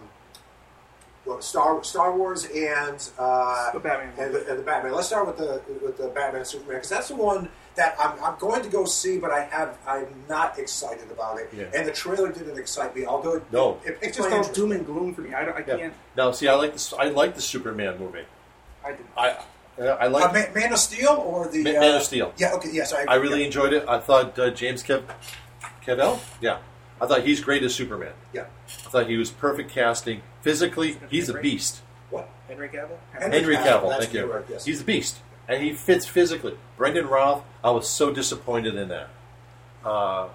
Speaker 1: well, Star Star Wars and uh,
Speaker 4: The Batman
Speaker 1: and the, and the Batman. Let's start with the with the Batman Superman because that's the one that I'm, I'm going to go see, but I have I'm not excited about it.
Speaker 3: Yeah.
Speaker 1: And the trailer didn't excite me, although it,
Speaker 3: No.
Speaker 1: it,
Speaker 4: It's
Speaker 1: picked
Speaker 4: just
Speaker 1: my
Speaker 4: all
Speaker 1: interest.
Speaker 4: doom and gloom for me. I, don't- I can't.
Speaker 3: Now, see, I like this. I like the Superman movie.
Speaker 4: I did.
Speaker 3: I I
Speaker 1: Uh,
Speaker 3: like.
Speaker 1: Man, Man of Steel or the
Speaker 3: Ma-
Speaker 1: uh,
Speaker 3: Man of Steel.
Speaker 1: Yeah. Okay. Yes. I,
Speaker 3: I really
Speaker 1: yeah.
Speaker 3: enjoyed it. I thought uh, James Kev- Cavell. Yeah, I thought he's great as Superman.
Speaker 1: Yeah.
Speaker 3: I thought he was perfect casting. Physically, he's a beast.
Speaker 1: What?
Speaker 2: Henry Cavill.
Speaker 3: Henry Cavill,
Speaker 1: that's
Speaker 3: thank you.
Speaker 1: correct, yes.
Speaker 3: He's a beast, and he fits physically. Brendan Roth, I was so disappointed in that. Uh,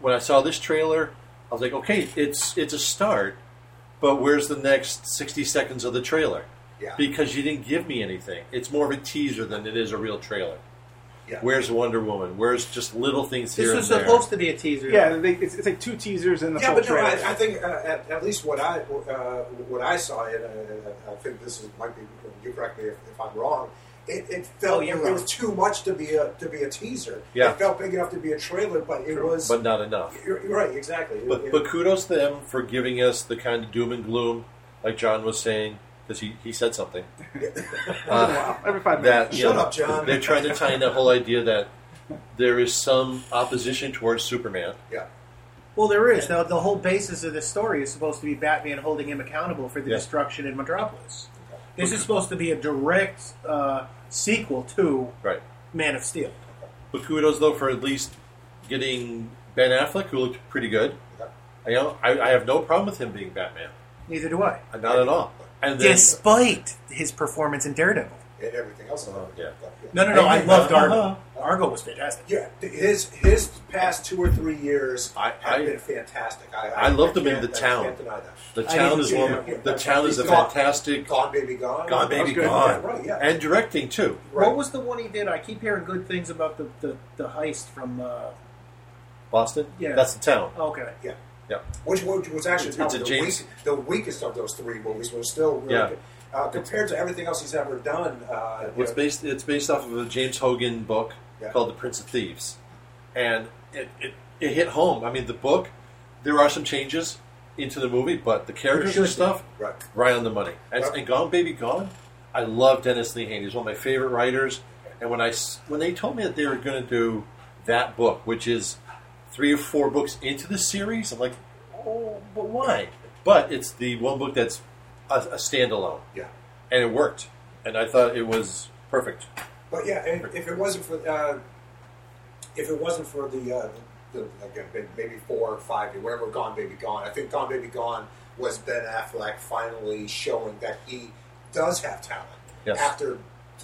Speaker 3: when I saw this trailer, I was like, okay, it's it's a start, but where's the next sixty seconds of the trailer?
Speaker 1: Yeah.
Speaker 3: Because you didn't give me anything. It's more of a teaser than it is a real trailer.
Speaker 1: Yeah.
Speaker 3: Where's Wonder Woman? Where's just little things
Speaker 2: This
Speaker 3: here
Speaker 2: was
Speaker 3: and there?
Speaker 2: supposed to be a teaser.
Speaker 4: Yeah, they, it's, it's like two teasers in the
Speaker 1: yeah,
Speaker 4: full
Speaker 1: but no,
Speaker 4: trailer.
Speaker 1: I, I think uh, at, at least what I uh, what I saw, and uh, I think this is, might be you correct me if, if I'm wrong. It, it felt
Speaker 2: Oh, you're
Speaker 1: it
Speaker 2: wrong.
Speaker 1: was too much to be a to be a teaser.
Speaker 3: Yeah.
Speaker 1: It felt big enough to be a trailer, but it was.
Speaker 3: but not enough.
Speaker 1: you're, you're right, exactly. It-
Speaker 3: But,
Speaker 1: it-
Speaker 3: but kudos to them for giving us the kind of doom and gloom, like John was saying, because he, he said something. Uh,
Speaker 4: wow. Every five minutes.
Speaker 3: that you
Speaker 1: Shut
Speaker 3: know,
Speaker 1: up, John.
Speaker 3: They're trying to tie in the whole idea that there is some opposition towards Superman.
Speaker 1: yeah,
Speaker 2: Well, there is. The, the whole basis of this story is supposed to be Batman holding him accountable for the
Speaker 3: Yeah.
Speaker 2: destruction in Metropolis. This is supposed to be a direct uh, sequel to
Speaker 3: Right.
Speaker 2: Man of Steel.
Speaker 3: But kudos though for at least getting Ben Affleck, who looked pretty good. I, I, I have no problem with him being Batman.
Speaker 2: Neither do I.
Speaker 3: Not at all. And then,
Speaker 2: Despite his performance in Daredevil.
Speaker 1: and everything else.
Speaker 3: Uh-huh, yeah.
Speaker 2: No, no, no. I loved
Speaker 3: Uh-huh.
Speaker 2: Argo. Argo was fantastic.
Speaker 1: Yeah, th- his his past two or three years
Speaker 3: I-
Speaker 1: have
Speaker 3: I-
Speaker 1: been fantastic. I,
Speaker 3: I loved him in
Speaker 1: can't-
Speaker 3: The
Speaker 1: I
Speaker 3: Town.
Speaker 1: Can't deny that.
Speaker 3: the
Speaker 2: I
Speaker 3: town
Speaker 2: didn't
Speaker 3: is
Speaker 2: see
Speaker 3: one.
Speaker 1: him.
Speaker 3: The town is a
Speaker 1: He's gone.
Speaker 3: fantastic.
Speaker 1: Gone baby, gone.
Speaker 3: Gone,
Speaker 4: That was
Speaker 3: baby,
Speaker 4: good.
Speaker 3: gone.
Speaker 1: Right, yeah.
Speaker 3: And directing too.
Speaker 1: Right.
Speaker 2: What was the one he did? I keep hearing good things about the, the, the heist from. Uh,
Speaker 3: Boston.
Speaker 2: Yeah.
Speaker 3: That's the town.
Speaker 2: okay.
Speaker 1: Yeah.
Speaker 3: Yeah.
Speaker 1: Which, which was actually
Speaker 3: It's
Speaker 1: probably
Speaker 3: a
Speaker 1: the,
Speaker 3: James-
Speaker 1: weak, the weakest of those three movies, but still really
Speaker 3: Yeah.
Speaker 1: good. Uh, compared to everything else he's ever done, uh,
Speaker 3: It's
Speaker 1: you know,
Speaker 3: based. It's based off of a James Hogan book.
Speaker 1: Yeah.
Speaker 3: called The Prince of Thieves, and it, it it hit home. I mean, the book. There are some changes into the movie, but the characters and stuff
Speaker 1: Right.
Speaker 3: right on the money. And,
Speaker 1: Right.
Speaker 3: and Gone Baby Gone, I love Dennis Lehane. He's one of my favorite writers. And when I s- when they told me that they were going to do that book, which is three or four books into the series, I'm like, oh, but why? But it's the one book that's a, a standalone,
Speaker 1: Yeah.
Speaker 3: and it worked. And I thought it was perfect.
Speaker 1: But yeah, and if it wasn't for uh, if it wasn't for the, uh, the again may- maybe four or five wherever Gone Baby Gone, I think Gone Baby Gone was Ben Affleck finally showing that he does have talent
Speaker 3: Yes.
Speaker 1: after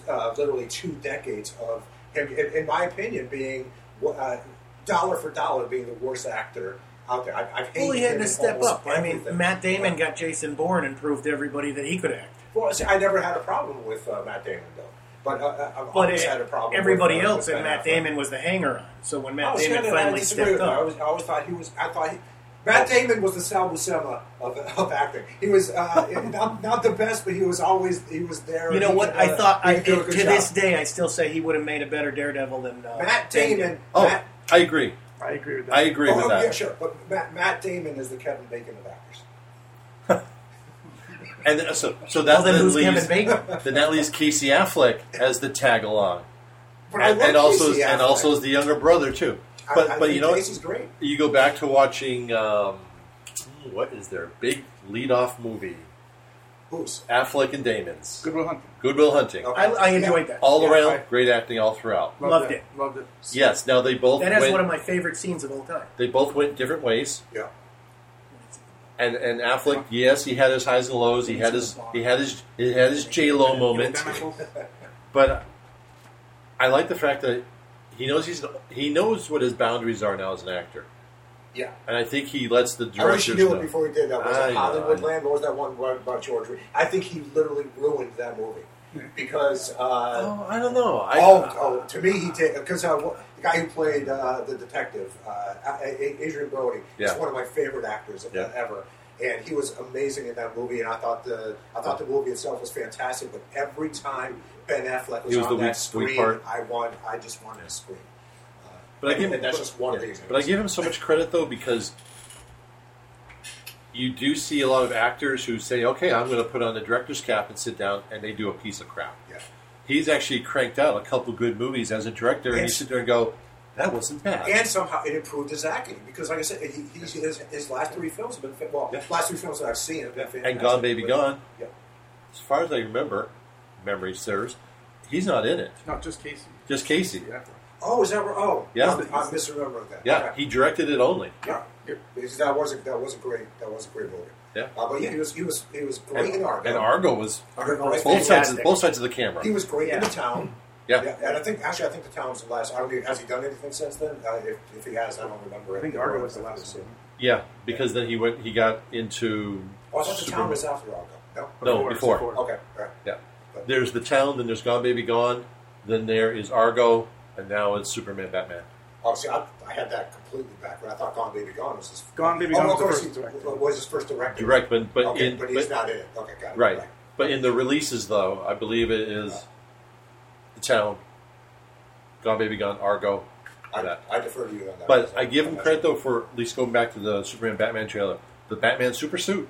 Speaker 1: uh, literally two decades of him, in, in my opinion, being uh, dollar for dollar being the worst actor out there. I, I've hated
Speaker 2: Well, he had
Speaker 1: him
Speaker 2: to
Speaker 1: in
Speaker 2: step
Speaker 1: almost
Speaker 2: up. I mean,
Speaker 1: everything.
Speaker 2: Matt Damon got Jason Bourne and proved to everybody that he could act.
Speaker 1: Well, see, I never had a problem with uh, Matt Damon though, but uh, uh, I've
Speaker 2: But
Speaker 1: always
Speaker 2: it-
Speaker 1: had a problem.
Speaker 2: everybody
Speaker 1: with, uh,
Speaker 2: else
Speaker 1: with
Speaker 2: and
Speaker 1: Ben
Speaker 2: Matt
Speaker 1: Affleck.
Speaker 2: Damon was the hanger on. So when
Speaker 1: I
Speaker 2: Matt
Speaker 1: was
Speaker 2: Damon
Speaker 1: kinda- I
Speaker 2: finally
Speaker 1: disagree with
Speaker 2: stepped
Speaker 1: him. I,
Speaker 2: up,
Speaker 1: was, I always thought he was. I thought he, Matt Damon was the Sal Buscema of, of acting. He was uh, not, not the best, but he was always he was there.
Speaker 2: you know
Speaker 1: He
Speaker 2: what?
Speaker 1: could,
Speaker 2: I
Speaker 1: uh,
Speaker 2: thought I,
Speaker 1: he could do a
Speaker 2: to
Speaker 1: good
Speaker 2: this
Speaker 1: job.
Speaker 2: day I still say he would have made a better Daredevil than uh,
Speaker 1: Matt Damon.
Speaker 3: Oh,
Speaker 1: Matt,
Speaker 3: I agree.
Speaker 4: I agree with that.
Speaker 3: I agree
Speaker 1: oh,
Speaker 3: with that.
Speaker 1: yeah, sure. But Matt, Matt Damon is the Kevin Bacon of actors.
Speaker 3: And th- so, so that
Speaker 2: Well, then who's
Speaker 3: leaves
Speaker 2: Kevin Bacon?
Speaker 3: then that leaves Casey Affleck as the tag along,
Speaker 1: But I
Speaker 3: and,
Speaker 1: love
Speaker 3: and also
Speaker 1: Casey
Speaker 3: and
Speaker 1: Affleck.
Speaker 3: also as the younger brother too.
Speaker 1: I-
Speaker 3: But
Speaker 1: I
Speaker 3: but
Speaker 1: think
Speaker 3: you know
Speaker 1: Casey's great.
Speaker 3: you go back to watching um, what is their big lead-off movie?
Speaker 1: Who's?
Speaker 3: Affleck and Damon's
Speaker 4: Goodwill Hunting.
Speaker 3: Goodwill Hunting.
Speaker 1: Okay.
Speaker 2: I, I enjoyed that.
Speaker 3: All
Speaker 1: Yeah,
Speaker 3: around,
Speaker 4: I-
Speaker 3: great acting all throughout.
Speaker 2: Loved
Speaker 4: that.
Speaker 2: it.
Speaker 4: Loved it.
Speaker 3: Yes, now they both
Speaker 2: That has
Speaker 3: went,
Speaker 2: one of my favorite scenes of all time.
Speaker 3: they both went different ways.
Speaker 1: Yeah.
Speaker 3: And and Affleck, yes, he had his highs and lows. He had his he had his he had his J Lo moment. But I like the fact that he knows he's he knows what his boundaries are now as an actor,
Speaker 1: Yeah.
Speaker 3: and I think he lets the
Speaker 1: I wish
Speaker 3: directors
Speaker 1: you knew
Speaker 3: know.
Speaker 1: it before he did that. Was
Speaker 3: I
Speaker 1: it
Speaker 3: know,
Speaker 1: Hollywood
Speaker 3: I know.
Speaker 1: Land? What was that one about George? Re- I think he literally ruined that movie because. Uh,
Speaker 3: Oh, I don't know. I, uh,
Speaker 1: oh, oh, to me, he did because uh, wha- the guy who played uh, the detective, uh, A- A- Adrian Brody, is
Speaker 3: Yeah.
Speaker 1: one of my favorite actors of-
Speaker 3: Yeah.
Speaker 1: ever, and he was amazing in that movie. And I thought the I thought the movie itself was fantastic, but every time Ben Affleck was,
Speaker 3: He was
Speaker 1: on
Speaker 3: the
Speaker 1: that
Speaker 3: weak-
Speaker 1: screen,
Speaker 3: weak part.
Speaker 1: I want I just wanted to scream. Uh,
Speaker 3: But I give him
Speaker 1: and that's
Speaker 3: but-
Speaker 1: just one
Speaker 3: yeah.
Speaker 1: reason.
Speaker 3: But I give him so much credit though because you do see a lot of actors who say, "Okay, I'm going to put on the director's cap and sit down," and they do a piece of crap.
Speaker 1: yeah.
Speaker 3: He's actually cranked out a couple good movies as a director, and you
Speaker 1: Yes.
Speaker 3: sit there and go, "That wasn't bad."
Speaker 1: and somehow it improved his acting because, like I said, he, he, his, his last three films have been fa- well,
Speaker 3: Yeah.
Speaker 1: last three films that I've seen have been fantastic.
Speaker 3: And Gone Baby
Speaker 1: but-
Speaker 3: Gone.
Speaker 1: Yeah.
Speaker 3: as far as I remember, memory serves, he's not in it.
Speaker 4: Not just Casey.
Speaker 3: Just Casey.
Speaker 4: Yeah.
Speaker 1: Oh, is that? where- Oh,
Speaker 3: Yeah.
Speaker 1: I'm, I'm misremembering that.
Speaker 3: Yeah,
Speaker 1: Okay.
Speaker 3: he directed it only.
Speaker 1: yeah.
Speaker 4: Yep.
Speaker 1: Because that was a that was a great that was a great movie.
Speaker 3: Yeah.
Speaker 1: Uh, but yeah, he was he was he was great in Argo.
Speaker 3: and Argo was
Speaker 1: Argo
Speaker 3: both
Speaker 1: was
Speaker 3: sides, of,
Speaker 2: fantastic.
Speaker 3: both sides of the camera.
Speaker 1: He was great in the town.
Speaker 3: Yeah.
Speaker 1: and I think actually I think the town was the last. I don't even, has he done anything since then? Uh, if, if he has, I don't remember.
Speaker 4: I think
Speaker 1: it.
Speaker 4: Argo was the last one.
Speaker 3: yeah, because then he went. He got into.
Speaker 1: Oh, I thought the town
Speaker 3: Superman.
Speaker 1: was after Argo. No.
Speaker 3: No, before.
Speaker 1: Okay. All right.
Speaker 3: Yeah, there's the town. Then there's Gone Baby Gone. Then there is Argo, and now it's Superman Batman.
Speaker 1: Oh, see, I, I had that completely backward. I thought Gone Baby Gone was his
Speaker 4: Gone Baby
Speaker 1: oh,
Speaker 4: Gone
Speaker 1: of
Speaker 4: was the
Speaker 1: course
Speaker 4: first
Speaker 1: he
Speaker 4: director.
Speaker 1: was his first director.
Speaker 3: Direct, but but
Speaker 1: okay,
Speaker 3: in
Speaker 1: but he's
Speaker 3: but-
Speaker 1: not in it. Okay, got it.
Speaker 3: right. But in the releases, though, I believe it is the town, Gone Baby Gone, Argo, and
Speaker 1: I,
Speaker 3: that.
Speaker 1: I defer to you on that.
Speaker 3: But I give him credit though for at least going back to the Superman Batman trailer. The Batman super suit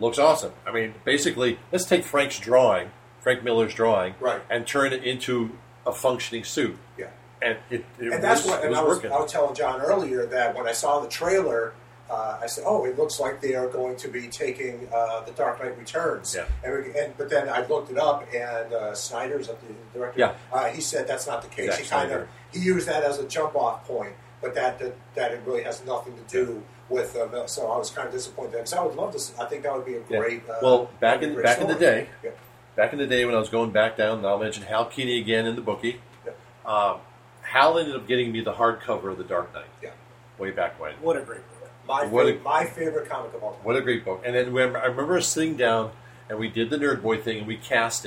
Speaker 3: looks awesome. I mean, basically, let's take Frank's drawing, Frank Miller's drawing,
Speaker 1: Right.
Speaker 3: and turn it into a functioning suit.
Speaker 1: Yeah.
Speaker 3: And it, it
Speaker 1: and that's
Speaker 3: was,
Speaker 1: what
Speaker 3: it
Speaker 1: and
Speaker 3: was
Speaker 1: I, was,
Speaker 3: working.
Speaker 1: I was telling John earlier that when I saw the trailer, uh, I said, "Oh, it looks like they are going to be taking uh, the Dark Knight Returns."
Speaker 3: Yeah.
Speaker 1: And, we, and but then I looked it up, and uh, Snyder's up the director.
Speaker 3: Yeah.
Speaker 1: Uh, he said that's not the case.
Speaker 3: Zack
Speaker 1: he kind
Speaker 3: Snyder.
Speaker 1: of he used that as a jump off point, but that that, that it really has nothing to do with. Uh, Mil- so I was kind of disappointed because I would love to. s- I think that would be a
Speaker 3: Yeah.
Speaker 1: great. Uh,
Speaker 3: well, back
Speaker 1: that'd be
Speaker 3: in
Speaker 1: a great
Speaker 3: back in the
Speaker 1: story.
Speaker 3: day,
Speaker 1: Yeah.
Speaker 3: back in the day when I was going back down, and I'll mention Hal Keeney again in the bookie.
Speaker 1: Yeah.
Speaker 3: Um, Hal ended up getting me the hardcover of the Dark Knight.
Speaker 1: Yeah.
Speaker 3: Way back when.
Speaker 2: What a great movie.
Speaker 1: My
Speaker 3: What
Speaker 1: favorite,
Speaker 3: a-
Speaker 1: my favorite comic of all time.
Speaker 3: What a great book! And then when, I remember us sitting down and we did the Nerd Boy thing and we cast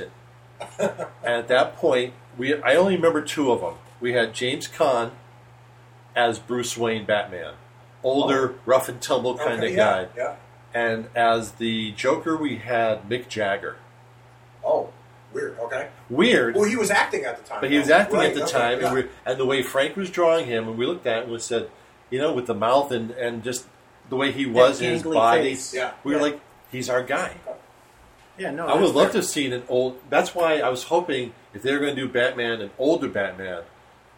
Speaker 3: it. and at that point, we I only remember two of them. We had James Caan as Bruce Wayne Batman, older, rough and tumble kind
Speaker 1: Oh. Okay, yeah,
Speaker 3: of guy,
Speaker 1: Yeah.
Speaker 3: and as the Joker, we had Mick Jagger.
Speaker 1: Oh, Weird. Okay.
Speaker 3: Weird.
Speaker 1: Well, he was acting at the time.
Speaker 3: But he was
Speaker 1: though.
Speaker 3: acting
Speaker 1: Right,
Speaker 3: at the
Speaker 1: okay,
Speaker 3: time,
Speaker 1: yeah.
Speaker 3: and, we, and the way Frank was drawing him, and we looked at it and we said, you know, with the mouth and, and just the way he was in his
Speaker 2: gangly
Speaker 3: body,
Speaker 2: face.
Speaker 1: Yeah.
Speaker 3: we were
Speaker 2: Yeah.
Speaker 3: like, he's our guy.
Speaker 2: Yeah, no.
Speaker 3: I would
Speaker 2: that's
Speaker 3: love
Speaker 2: fair.
Speaker 3: to have seen an old. That's why I was hoping if they were going to do Batman, an older Batman.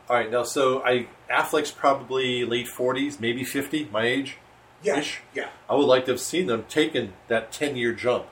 Speaker 3: All right, now so I Affleck's probably late forties, maybe fifty, my age.
Speaker 1: yeah,
Speaker 3: ish.
Speaker 1: yeah.
Speaker 3: I would like to have seen them taking that ten year jump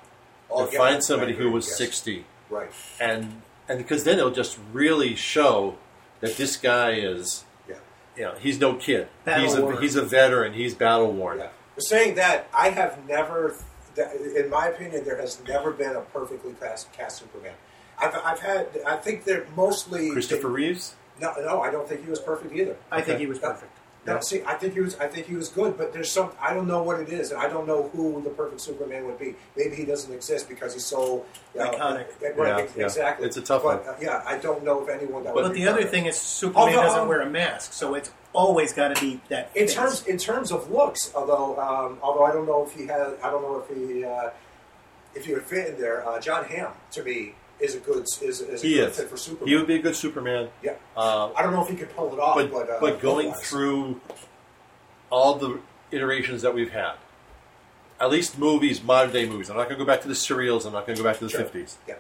Speaker 1: Oh,
Speaker 3: and
Speaker 1: yeah, I
Speaker 3: find somebody who
Speaker 1: agree,
Speaker 3: was
Speaker 1: yes.
Speaker 3: sixty,
Speaker 1: Right.
Speaker 3: and and because then it'll just really show that this guy is,
Speaker 1: Yeah.
Speaker 3: you know, he's no kid.
Speaker 2: Battle
Speaker 3: he's a
Speaker 2: worn.
Speaker 3: he's a veteran. He's battle worn.
Speaker 1: Yeah. But saying that, I have never, that, in my opinion, there has never been a perfectly cast, cast Superman. I've, I've had, I think they're mostly.
Speaker 3: Christopher Reeves.
Speaker 1: No, no, I don't think he was perfect either.
Speaker 2: I think he was perfect.
Speaker 1: No, see, I think he was. I think he was good, but there's some. I don't know what it is, and I don't know who the perfect Superman would be. Maybe he doesn't exist because he's so you know,
Speaker 2: Iconic.
Speaker 1: uh, Right,
Speaker 3: Yeah,
Speaker 1: ex-
Speaker 3: yeah.
Speaker 1: exactly.
Speaker 3: It's a tough
Speaker 1: but,
Speaker 3: one.
Speaker 1: uh, yeah, I don't know if anyone that.
Speaker 3: But-
Speaker 1: would
Speaker 2: But
Speaker 1: be
Speaker 2: the other
Speaker 1: perfect.
Speaker 2: thing is Superman
Speaker 1: Although,
Speaker 2: doesn't
Speaker 1: um,
Speaker 2: wear a mask, so it's always got to be that.
Speaker 1: In
Speaker 2: face.
Speaker 1: terms in terms of looks, although um, although I don't know if he had, I don't know if he uh, if he would fit in there. Uh, John Hamm to me is a good is, is a
Speaker 3: He
Speaker 1: good
Speaker 3: is.
Speaker 1: fit for Superman.
Speaker 3: He would be a good Superman.
Speaker 1: yeah,
Speaker 3: Uh,
Speaker 1: I don't know if he could pull it off,
Speaker 3: but
Speaker 1: but
Speaker 3: but,
Speaker 1: uh,
Speaker 3: going
Speaker 1: otherwise.
Speaker 3: through all the iterations that we've had, at least movies, modern day movies. I'm not going to go back to the serials. I'm not going to go back to the
Speaker 1: Sure.
Speaker 3: 50s.
Speaker 1: yeah,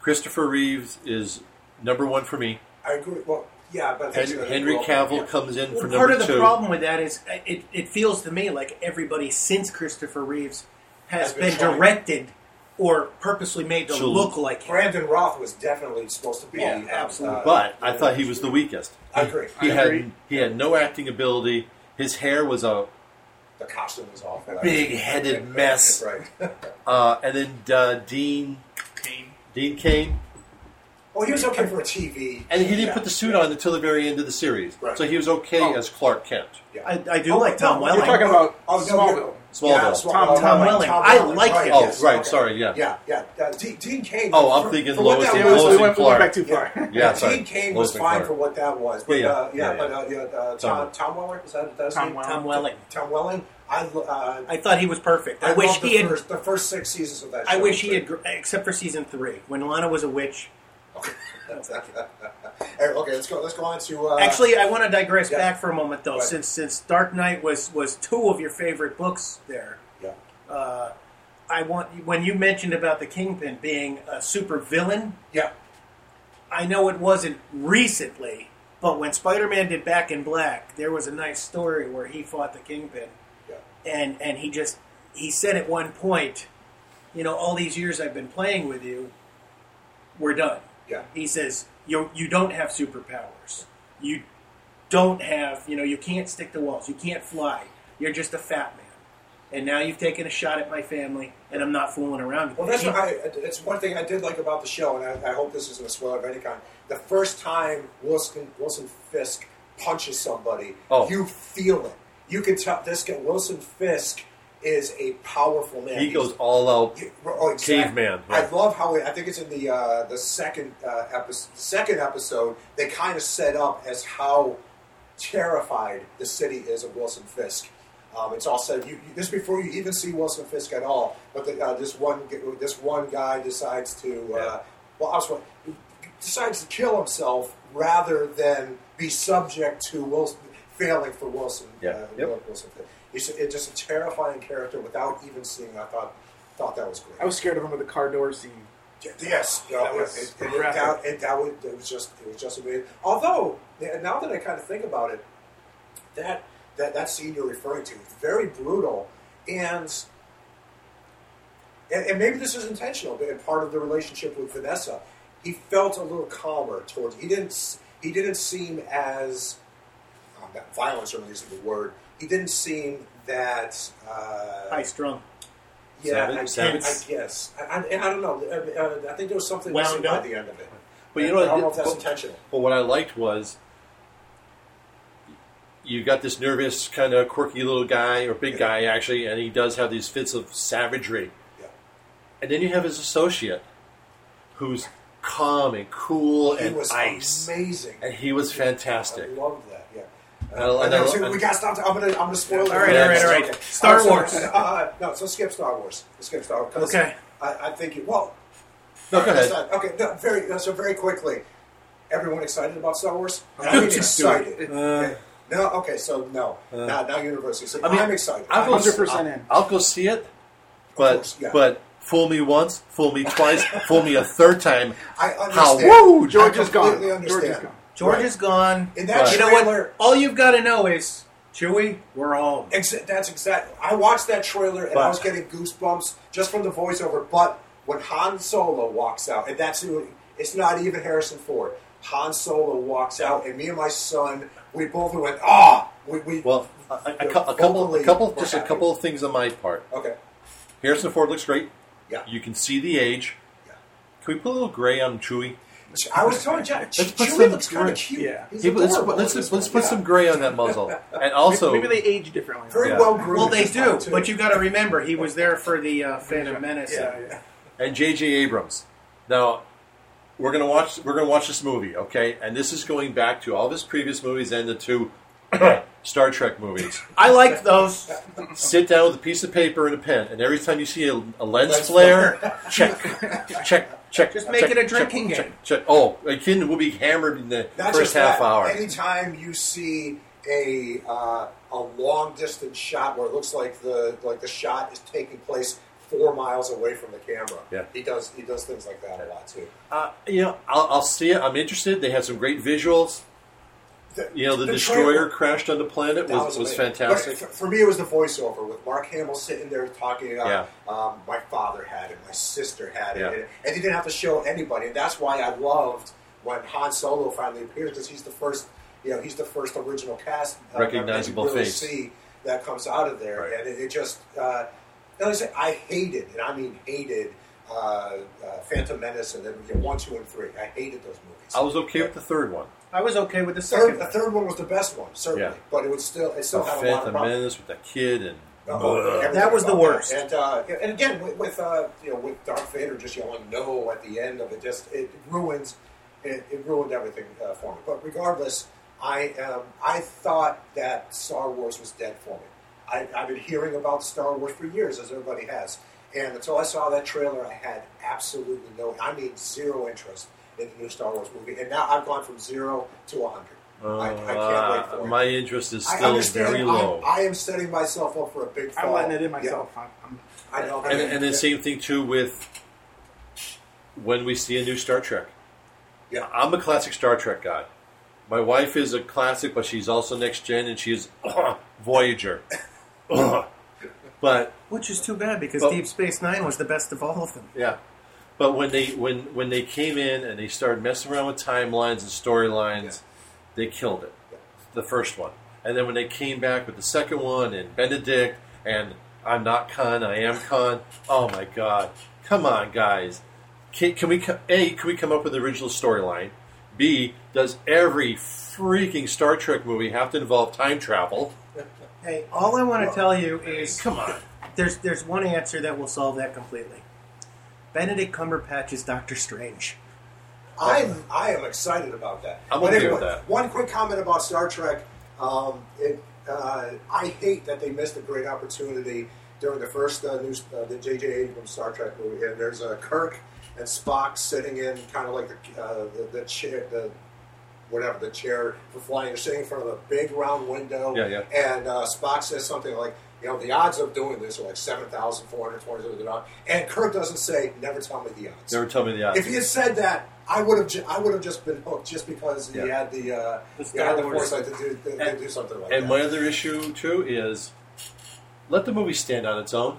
Speaker 3: Christopher Reeves is number one for me.
Speaker 1: I agree. Well, yeah, but I think he's
Speaker 3: Hen-
Speaker 1: gonna
Speaker 3: Henry
Speaker 1: grow up.
Speaker 3: Cavill comes in for
Speaker 2: Well,
Speaker 3: number
Speaker 2: part of the
Speaker 3: two.
Speaker 2: problem with that is uh, it, it feels to me like everybody since Christopher Reeves has
Speaker 1: Has been
Speaker 2: been
Speaker 1: trying.
Speaker 2: directed or purposely made to
Speaker 3: To-
Speaker 2: look like him.
Speaker 1: Brandon Roth was definitely supposed to be.
Speaker 2: Yeah,
Speaker 1: um,
Speaker 2: absolutely.
Speaker 1: uh,
Speaker 3: But I thought he was the weakest.
Speaker 1: I agree.
Speaker 3: He
Speaker 4: I
Speaker 3: had
Speaker 4: agree.
Speaker 3: he had no acting ability. His hair was a
Speaker 1: The costume was awful.
Speaker 3: Big-headed mess.
Speaker 1: Right.
Speaker 3: uh, and then uh, Dean Dean Kane,
Speaker 1: Well, he was okay for a TV.
Speaker 3: and he didn't
Speaker 1: Yeah.
Speaker 3: put the suit on until the very end of the series.
Speaker 1: Right.
Speaker 3: So he was okay
Speaker 4: Oh.
Speaker 3: as Clark Kent.
Speaker 1: Yeah.
Speaker 2: I, I do
Speaker 1: Oh,
Speaker 2: like Tom
Speaker 1: no,
Speaker 4: You're
Speaker 1: Well,
Speaker 2: Welling.
Speaker 4: talking about
Speaker 1: Oh, no,
Speaker 4: Smallville.
Speaker 1: you're-
Speaker 3: Smallville.
Speaker 4: Tom-
Speaker 1: oh,
Speaker 4: Tom
Speaker 2: Welling.
Speaker 1: Tom
Speaker 2: I
Speaker 1: Welling,
Speaker 2: like
Speaker 1: right,
Speaker 2: him.
Speaker 3: Oh,
Speaker 1: yes,
Speaker 3: right.
Speaker 1: okay.
Speaker 3: Sorry. Yeah.
Speaker 1: Yeah, yeah. Uh, Dean, Dean Kane.
Speaker 3: Oh, I'm
Speaker 1: for-
Speaker 3: thinking
Speaker 1: for what
Speaker 3: Lois
Speaker 1: that
Speaker 3: and-
Speaker 4: Yeah, we
Speaker 1: was-
Speaker 3: Lois
Speaker 4: went, we
Speaker 3: and
Speaker 4: went
Speaker 3: Clark.
Speaker 4: back too far.
Speaker 1: Yeah.
Speaker 3: Yeah, sorry.
Speaker 1: Dean Kane
Speaker 3: Lois
Speaker 1: was
Speaker 3: and
Speaker 1: fine
Speaker 3: Clark.
Speaker 1: for what that was. But,
Speaker 3: Yeah, yeah.
Speaker 1: Uh, yeah,
Speaker 3: Yeah,
Speaker 1: but uh, yeah, uh, Tom, Tom Welling, is that, that's
Speaker 4: Tom
Speaker 1: name?
Speaker 4: Welling.
Speaker 2: Tom Welling.
Speaker 1: Tom Welling. I, lo- uh,
Speaker 2: I thought he was perfect. I, wish
Speaker 1: loved
Speaker 2: he
Speaker 1: the
Speaker 2: had.
Speaker 1: first, the first six seasons of that.
Speaker 2: I
Speaker 1: show.
Speaker 2: wish he had, gr- except for season three when Lana was a witch.
Speaker 1: Okay, let's go. Let's go on to uh,
Speaker 2: Actually, I want to digress
Speaker 1: yeah.
Speaker 2: back for a moment though,
Speaker 1: Right.
Speaker 2: since since Dark Knight was was two of your favorite books there.
Speaker 1: Yeah.
Speaker 2: Uh, I want when you mentioned about the Kingpin being a super villain.
Speaker 1: Yeah.
Speaker 2: I know it wasn't recently, but when Spider-Man did Back in Black, there was a nice story where he fought the Kingpin,
Speaker 1: Yeah.
Speaker 2: and and he just he said at one point, you know, all these years I've been playing with you, we're done.
Speaker 1: Yeah.
Speaker 2: He says you you don't have superpowers. You don't have you know you can't stick to walls. You can't fly. You're just a fat man. And now you've taken a shot at my family, and I'm not fooling around. with
Speaker 1: Well,
Speaker 2: it."
Speaker 1: that's
Speaker 2: He-
Speaker 1: what I, it's one thing I did like about the show, and I, I hope this isn't a spoiler of any kind. The first time Wilson Wilson Fisk punches somebody,
Speaker 3: Oh.
Speaker 1: you feel it. You can tell this guy Wilson Fisk is a powerful man.
Speaker 3: He
Speaker 1: He's-
Speaker 3: goes all out.
Speaker 1: you- oh, exactly.
Speaker 3: Caveman, yeah.
Speaker 1: I love how it, I think it's in the uh, the second uh, episode. Second episode, they kind of set up as how terrified the city is of Wilson Fisk. Um, it's all said. You, you, this before you even see Wilson Fisk at all, but the, uh, this one g- this one guy decides to
Speaker 3: Yeah.
Speaker 1: uh, well, I was one decides to kill himself rather than be subject to Wilson failing for Wilson.
Speaker 3: Yeah.
Speaker 1: Uh,
Speaker 3: Yep.
Speaker 1: Wilson. It's, it's just a terrifying character without even seeing. I thought thought that was great.
Speaker 4: I was scared of him with the car door scene.
Speaker 1: Yes, no,
Speaker 4: That was
Speaker 1: it, it, it,
Speaker 4: graphic.
Speaker 1: that, it, that was, it was just it was just amazing. Although yeah, now that I kind of think about it, that that that scene you're referring to is very brutal, and and, and maybe this is intentional, but and part of the relationship with Vanessa, he felt a little calmer towards. He didn't s- he didn't seem as um, that violence certainly isn't the word. He didn't seem that uh,
Speaker 2: high strung.
Speaker 1: yeah, I,
Speaker 3: Savage-
Speaker 1: guess- I guess. I, I, and I don't know. Uh, I, I, I think there was something
Speaker 2: Wound
Speaker 1: missing by
Speaker 2: up.
Speaker 1: the end of it.
Speaker 3: But you
Speaker 1: And
Speaker 3: know,
Speaker 1: I don't know if
Speaker 3: what?
Speaker 1: that's
Speaker 3: but,
Speaker 1: intentional.
Speaker 3: but what I liked was you got this nervous, kind of quirky little guy or big
Speaker 1: Yeah.
Speaker 3: guy actually, and he does have these fits of savagery.
Speaker 1: Yeah.
Speaker 3: And then you have his associate, who's calm and cool
Speaker 1: He
Speaker 3: and
Speaker 1: was
Speaker 3: ice,
Speaker 1: amazing.
Speaker 3: and he was fantastic.
Speaker 1: I loved that. Yeah.
Speaker 3: I lo-
Speaker 1: Uh, and
Speaker 3: I lo-
Speaker 1: then, too, we got stopped. I'm gonna, I'm gonna spoil it.
Speaker 2: All right,
Speaker 3: all right, all
Speaker 2: right.
Speaker 1: Okay.
Speaker 2: Star
Speaker 1: Uh, so-
Speaker 2: Wars.
Speaker 1: Uh, no, so skip Star Wars. Skip Star Wars. 'cause
Speaker 2: Okay.
Speaker 1: I, I think it. Well,
Speaker 3: No, go
Speaker 1: That's
Speaker 3: ahead.
Speaker 1: not- okay, no, very uh, so very quickly. Everyone excited about Star Wars?
Speaker 2: No,
Speaker 1: I'm
Speaker 2: just do
Speaker 1: excited.
Speaker 4: it.
Speaker 3: Uh.
Speaker 1: Okay. No, okay, so no, not not universally. So
Speaker 3: mean,
Speaker 1: I'm excited.
Speaker 3: I'll go,
Speaker 4: 100%
Speaker 3: I'll-
Speaker 4: in.
Speaker 3: I'll go see it, but
Speaker 1: course, yeah.
Speaker 3: but fool me once, fool me twice, fool me a third time.
Speaker 1: I
Speaker 3: How?
Speaker 1: understand.
Speaker 3: Woo!
Speaker 1: I
Speaker 4: George is gone.
Speaker 1: completely
Speaker 4: George is
Speaker 1: understand.
Speaker 4: gone.
Speaker 2: George
Speaker 1: Right.
Speaker 2: is gone.
Speaker 1: In that
Speaker 2: you know what?
Speaker 1: trailer-
Speaker 2: All you've got to know is Chewie, we're home.
Speaker 1: Exa- that's exactly. I watched that trailer and
Speaker 2: But-
Speaker 1: I was getting goosebumps just from the voiceover. But when Han Solo walks out, and that's who it's not even Harrison Ford. Han Solo walks out, and me and my son, we both went, ah, we, we
Speaker 3: Well, a, a, a, cou- a couple, a
Speaker 1: vocally
Speaker 3: couple,
Speaker 1: were
Speaker 3: just a
Speaker 1: happy.
Speaker 3: couple of things on my part.
Speaker 1: Okay,
Speaker 3: Harrison Ford looks great.
Speaker 1: yeah.
Speaker 3: You can see the age.
Speaker 1: Yeah.
Speaker 3: Can we put a little gray on Chewie?
Speaker 1: I was telling Jack,
Speaker 3: Let's put
Speaker 1: Chewie
Speaker 3: some
Speaker 1: looks kind
Speaker 3: gray-
Speaker 1: of cute.
Speaker 4: yeah.
Speaker 1: He's
Speaker 3: Yeah, but let's
Speaker 1: adorable
Speaker 3: let's,
Speaker 1: in this
Speaker 3: let's
Speaker 1: one,
Speaker 3: put
Speaker 1: yeah.
Speaker 3: some gray on that muzzle, and also
Speaker 4: maybe they age differently.
Speaker 1: very
Speaker 3: Yeah.
Speaker 1: well groomed.
Speaker 2: Well, they
Speaker 1: this time,
Speaker 2: do,
Speaker 1: too.
Speaker 2: but you got to remember he was there for the uh, Phantom Menace.
Speaker 4: yeah, yeah.
Speaker 3: and J.J. Abrams. Now we're gonna watch we're gonna watch this movie, okay? And this is going back to all of his previous movies and the two Star Trek movies.
Speaker 2: I liked those.
Speaker 3: Sit down with a piece of paper and a pen, and every time you see a, a lens
Speaker 1: Lens
Speaker 3: flare, check, check, check.
Speaker 2: Just make
Speaker 3: check,
Speaker 2: it a
Speaker 3: check,
Speaker 2: drinking
Speaker 3: check,
Speaker 2: game.
Speaker 3: Check, Oh, a kid will be hammered in the
Speaker 1: Not just
Speaker 3: first half
Speaker 1: that,
Speaker 3: hour.
Speaker 1: Anytime you see a uh, a long distance shot where it looks like the like the shot is taking place four miles away from the camera,
Speaker 3: Yeah.
Speaker 1: he does he does things like that a lot too.
Speaker 3: Uh, you know, I'll, I'll see it. I'm interested. They had some great visuals.
Speaker 1: The-
Speaker 3: You know, the,
Speaker 1: the
Speaker 3: destroyer
Speaker 1: trailer-
Speaker 3: crashed on the planet
Speaker 1: That
Speaker 3: was, was
Speaker 1: amazing.
Speaker 3: fantastic.
Speaker 1: But for, for me, it was the voiceover with Mark Hamill sitting there talking about
Speaker 3: Yeah.
Speaker 1: um, my father had it, my sister had it,
Speaker 3: Yeah.
Speaker 1: and, and he didn't have to show anybody. And that's why I loved when Han Solo finally appears because he's the first, you know, he's the first original cast uh, member that you
Speaker 3: Recognizable
Speaker 1: really
Speaker 3: face.
Speaker 1: see that comes out of there,
Speaker 3: Right.
Speaker 1: and it, it just. Uh, and like I said, I hated, and I mean hated, uh, uh, Phantom Menace and then you know, one, two, and three. I hated those movies.
Speaker 3: I was okay with the third one.
Speaker 2: I was okay with the
Speaker 1: Third,
Speaker 2: second.
Speaker 1: the
Speaker 2: one.
Speaker 1: third one was the best one, certainly,
Speaker 3: Yeah.
Speaker 1: but it would still it
Speaker 3: The
Speaker 1: still had a lot of
Speaker 3: Phantom
Speaker 1: problems.
Speaker 3: Menace with the kid and
Speaker 1: Oh,
Speaker 3: Ugh.
Speaker 1: everything
Speaker 2: That was
Speaker 1: about
Speaker 2: the worst.
Speaker 1: And uh, and again, with, with uh, you know, with Darth Vader just yelling "No" at the end of it, just it ruins it, it ruined everything uh, for me. But regardless, I um, I thought that Star Wars was dead for me. I, I've been hearing about Star Wars for years, as everybody has, and until I saw that trailer, I had absolutely no, I mean, zero interest in the new Star Wars movie. And now I've gone from zero to hundred. I, I can't wait
Speaker 3: Uh,
Speaker 1: for it.
Speaker 3: My interest is
Speaker 1: I
Speaker 3: still
Speaker 1: understand.
Speaker 3: very
Speaker 1: I'm-
Speaker 3: low.
Speaker 1: I am setting myself up for a big
Speaker 4: I'm
Speaker 1: fall.
Speaker 4: letting it in myself. I'm, I'm,
Speaker 1: Yeah, I know.
Speaker 3: and, and the same thing too with when we see a new Star Trek.
Speaker 1: Yeah.
Speaker 3: I'm a classic Star Trek guy. My wife is a classic, but she's also next gen, and she's Voyager. but
Speaker 2: Which is too bad because
Speaker 3: But-
Speaker 2: Deep Space Nine was the best of all of them.
Speaker 3: Yeah. But when they when when they came in and they started messing around with timelines and storylines, they killed it. The first one. And then when they came back with the second one and Benedict and I'm not Khan, I am Khan. Oh my god. Come on, guys. Can, can we co- A, can we come up with the original storyline? B, does every freaking Star Trek movie have to involve time travel?
Speaker 2: Hey, all I want to tell you is
Speaker 3: Come on.
Speaker 2: there's there's one answer that will solve that completely. Benedict Cumberbatch is Doctor Strange.
Speaker 1: I'm, I am excited about that.
Speaker 3: I'm
Speaker 1: But
Speaker 3: okay
Speaker 1: anyway,
Speaker 3: with that.
Speaker 1: One quick comment about Star Trek. Um, it, uh, I hate that they missed a great opportunity during the first uh, new, uh, the J.J. Abrams Star Trek movie, and there's a Kirk and Spock sitting in kind of like the, uh, the, the chair, the whatever the chair for flying. You're sitting in front of a big round window,
Speaker 3: Yeah, yeah.
Speaker 1: and uh, Spock says something like, "You know, the odds of doing this are like seven thousand four hundred twenty-seven odds." And Kirk doesn't say, "Never tell me the odds."
Speaker 3: Never tell me the odds.
Speaker 1: If he had said that, I would have. Ju- I would have just been hooked, just because he
Speaker 3: Yeah.
Speaker 1: had the, uh, he had
Speaker 2: The
Speaker 1: the
Speaker 2: Star Wars.
Speaker 1: foresight to do, to, to do something like
Speaker 3: And
Speaker 1: that.
Speaker 3: my other issue too is let the movie stand on its own.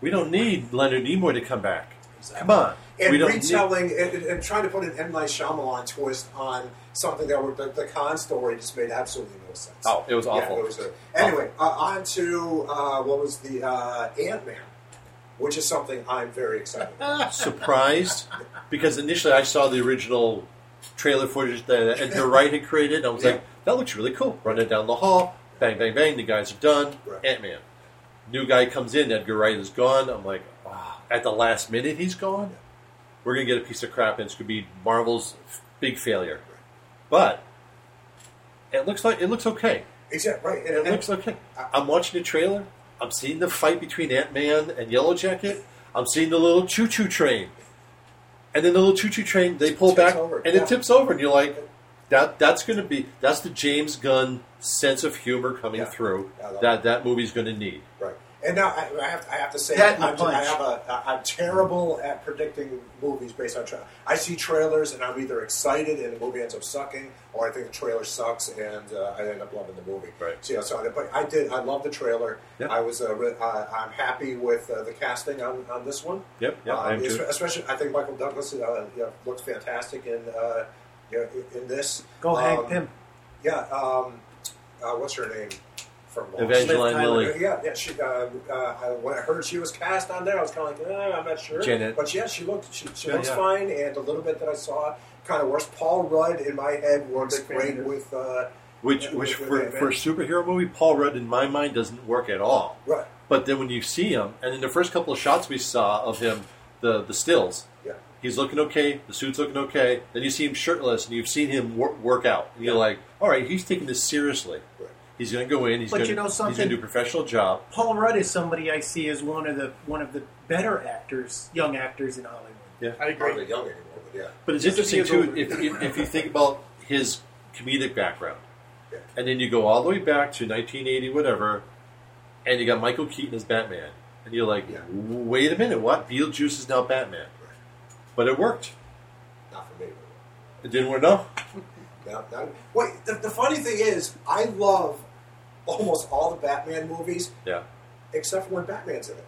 Speaker 3: We don't need Leonard Nimoy to come back. Come on,
Speaker 1: and
Speaker 3: we don't. Need,
Speaker 1: retelling and, and- and trying to put an M Night Shyamalan twist on something that were, the, the con story just made absolutely no sense.
Speaker 3: oh, it was awful.
Speaker 1: Yeah, it was a- anyway, uh, on to uh, what was the uh, Ant Man, which is something I'm very excited. about.
Speaker 3: Surprised because initially I saw the original trailer footage that Edgar Wright had created. and I was
Speaker 1: Yeah.
Speaker 3: like, that looks really cool. Running down the hall, bang, bang, bang. The guys are done.
Speaker 1: Right.
Speaker 3: Ant Man. New guy comes in. Edgar Wright is gone. I'm like, ah, at the last minute he's gone. We're gonna get a piece of crap, and it's gonna be Marvel's big failure. But it looks like it looks okay.
Speaker 1: Exactly right. And,
Speaker 3: It
Speaker 1: and-
Speaker 3: looks okay. I- I'm watching the trailer. I'm seeing the fight between Ant Man and Yellow Jacket. I'm seeing the little choo choo train. and then the little choo-choo train they pull
Speaker 1: Tips
Speaker 3: back
Speaker 1: over,
Speaker 3: and
Speaker 1: yeah.
Speaker 3: it tips over, and you're like, that that's going to be that's the James Gunn sense of humor coming
Speaker 1: Yeah.
Speaker 3: through
Speaker 1: I love
Speaker 3: that that movie's going to need.
Speaker 1: Right. And now I, I, have, I have to say,
Speaker 2: That
Speaker 1: I'm,
Speaker 2: and the punch.
Speaker 1: I have a, I'm terrible at predicting movies based on trailers. I see trailers and I'm either excited and the movie ends up sucking, or I think the trailer sucks and uh, I end up loving the movie.
Speaker 3: Right.
Speaker 1: So, yeah, so I- but I did. I love the trailer.
Speaker 3: Yeah.
Speaker 1: I was. Uh, re- uh, I'm happy with uh, the casting on, on this one.
Speaker 3: Yep, yeah,
Speaker 1: Uh,
Speaker 3: I am
Speaker 1: espe-
Speaker 3: too.
Speaker 1: Especially, I think Michael Douglas uh, you know, looks fantastic in uh, you know, in- in this.
Speaker 2: Go hang
Speaker 1: Um,
Speaker 2: him.
Speaker 1: Yeah. Um, uh, what's her name? From Lost?
Speaker 3: Evangeline
Speaker 2: Tyler,
Speaker 3: Lilly,
Speaker 1: Yeah, yeah. She, uh, uh, I- when I heard she was cast on there, I was kind of like, eh, I'm not sure.
Speaker 3: Janet.
Speaker 1: But yeah, she looked, she, she
Speaker 3: Yeah,
Speaker 1: looks
Speaker 3: yeah.
Speaker 1: fine, and a little bit that I saw kind of works. Paul Rudd in my head works
Speaker 4: Big fan
Speaker 1: great
Speaker 4: of-
Speaker 1: with uh,
Speaker 3: which
Speaker 1: Yeah,
Speaker 3: which
Speaker 1: with-
Speaker 3: for,
Speaker 1: with
Speaker 3: for a superhero movie, Paul Rudd in my mind doesn't work at all.
Speaker 1: Rudd.
Speaker 3: But then when you see him, and in the first couple of shots we saw of him, the the stills,
Speaker 1: Yeah.
Speaker 3: he's looking okay, the suit's looking okay. Then you see him shirtless, and you've seen him wor- work out, and you're like, all right, he's taking this seriously.
Speaker 1: Right.
Speaker 3: He's going to go in. He's
Speaker 2: But
Speaker 3: going
Speaker 2: you know
Speaker 3: he's
Speaker 2: something?
Speaker 3: going to do a professional job.
Speaker 2: Paul Rudd is somebody I see as one of the one of the better actors, young actors in Hollywood.
Speaker 4: I
Speaker 1: hardly
Speaker 4: agree.
Speaker 1: young anymore, but yeah.
Speaker 3: But it's
Speaker 4: Just
Speaker 3: interesting
Speaker 4: seems
Speaker 3: too if, if, if you think about his comedic background,
Speaker 1: Yeah.
Speaker 3: and then you go all the way back to 1980, whatever, and you got Michael Keaton as Batman, and you're like,
Speaker 1: Yeah.
Speaker 3: wait a minute, what? Beetlejuice is now Batman,
Speaker 1: Right.
Speaker 3: but it worked.
Speaker 1: Not for me.
Speaker 3: It didn't work. No,
Speaker 1: No, not, wait, the, the funny thing is, I love almost all the Batman movies
Speaker 3: yeah,
Speaker 1: except for when Batman's in it.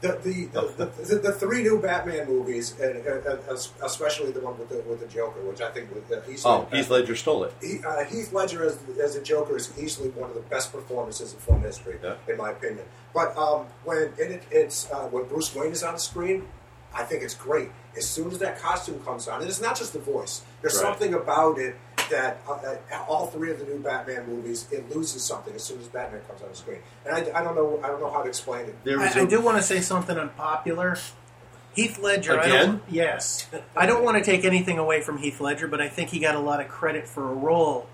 Speaker 1: The the, the, the, the, three new Batman movies, and, and, and especially the one with the with the Joker, which I think was, uh, he's
Speaker 3: oh, Heath Ledger stole it.
Speaker 1: He- uh, Heath Ledger as, as a Joker is easily one of the best performances in film history,
Speaker 3: Yeah.
Speaker 1: in my opinion. But um, when and it, it's uh, when Bruce Wayne is on screen, I think it's great. As soon as that costume comes on, and it's not just the voice. There's
Speaker 3: Right.
Speaker 1: something about it that uh, uh, all three of the new Batman movies it loses something as soon as Batman comes on the screen. And I, I don't know I don't know how to explain it.
Speaker 3: There was
Speaker 2: I,
Speaker 3: a-
Speaker 2: I do want to say something unpopular. Heath Ledger. I
Speaker 3: Again?
Speaker 2: don't, yes. I don't want to take anything away from Heath Ledger, but I think he got a lot of credit for a role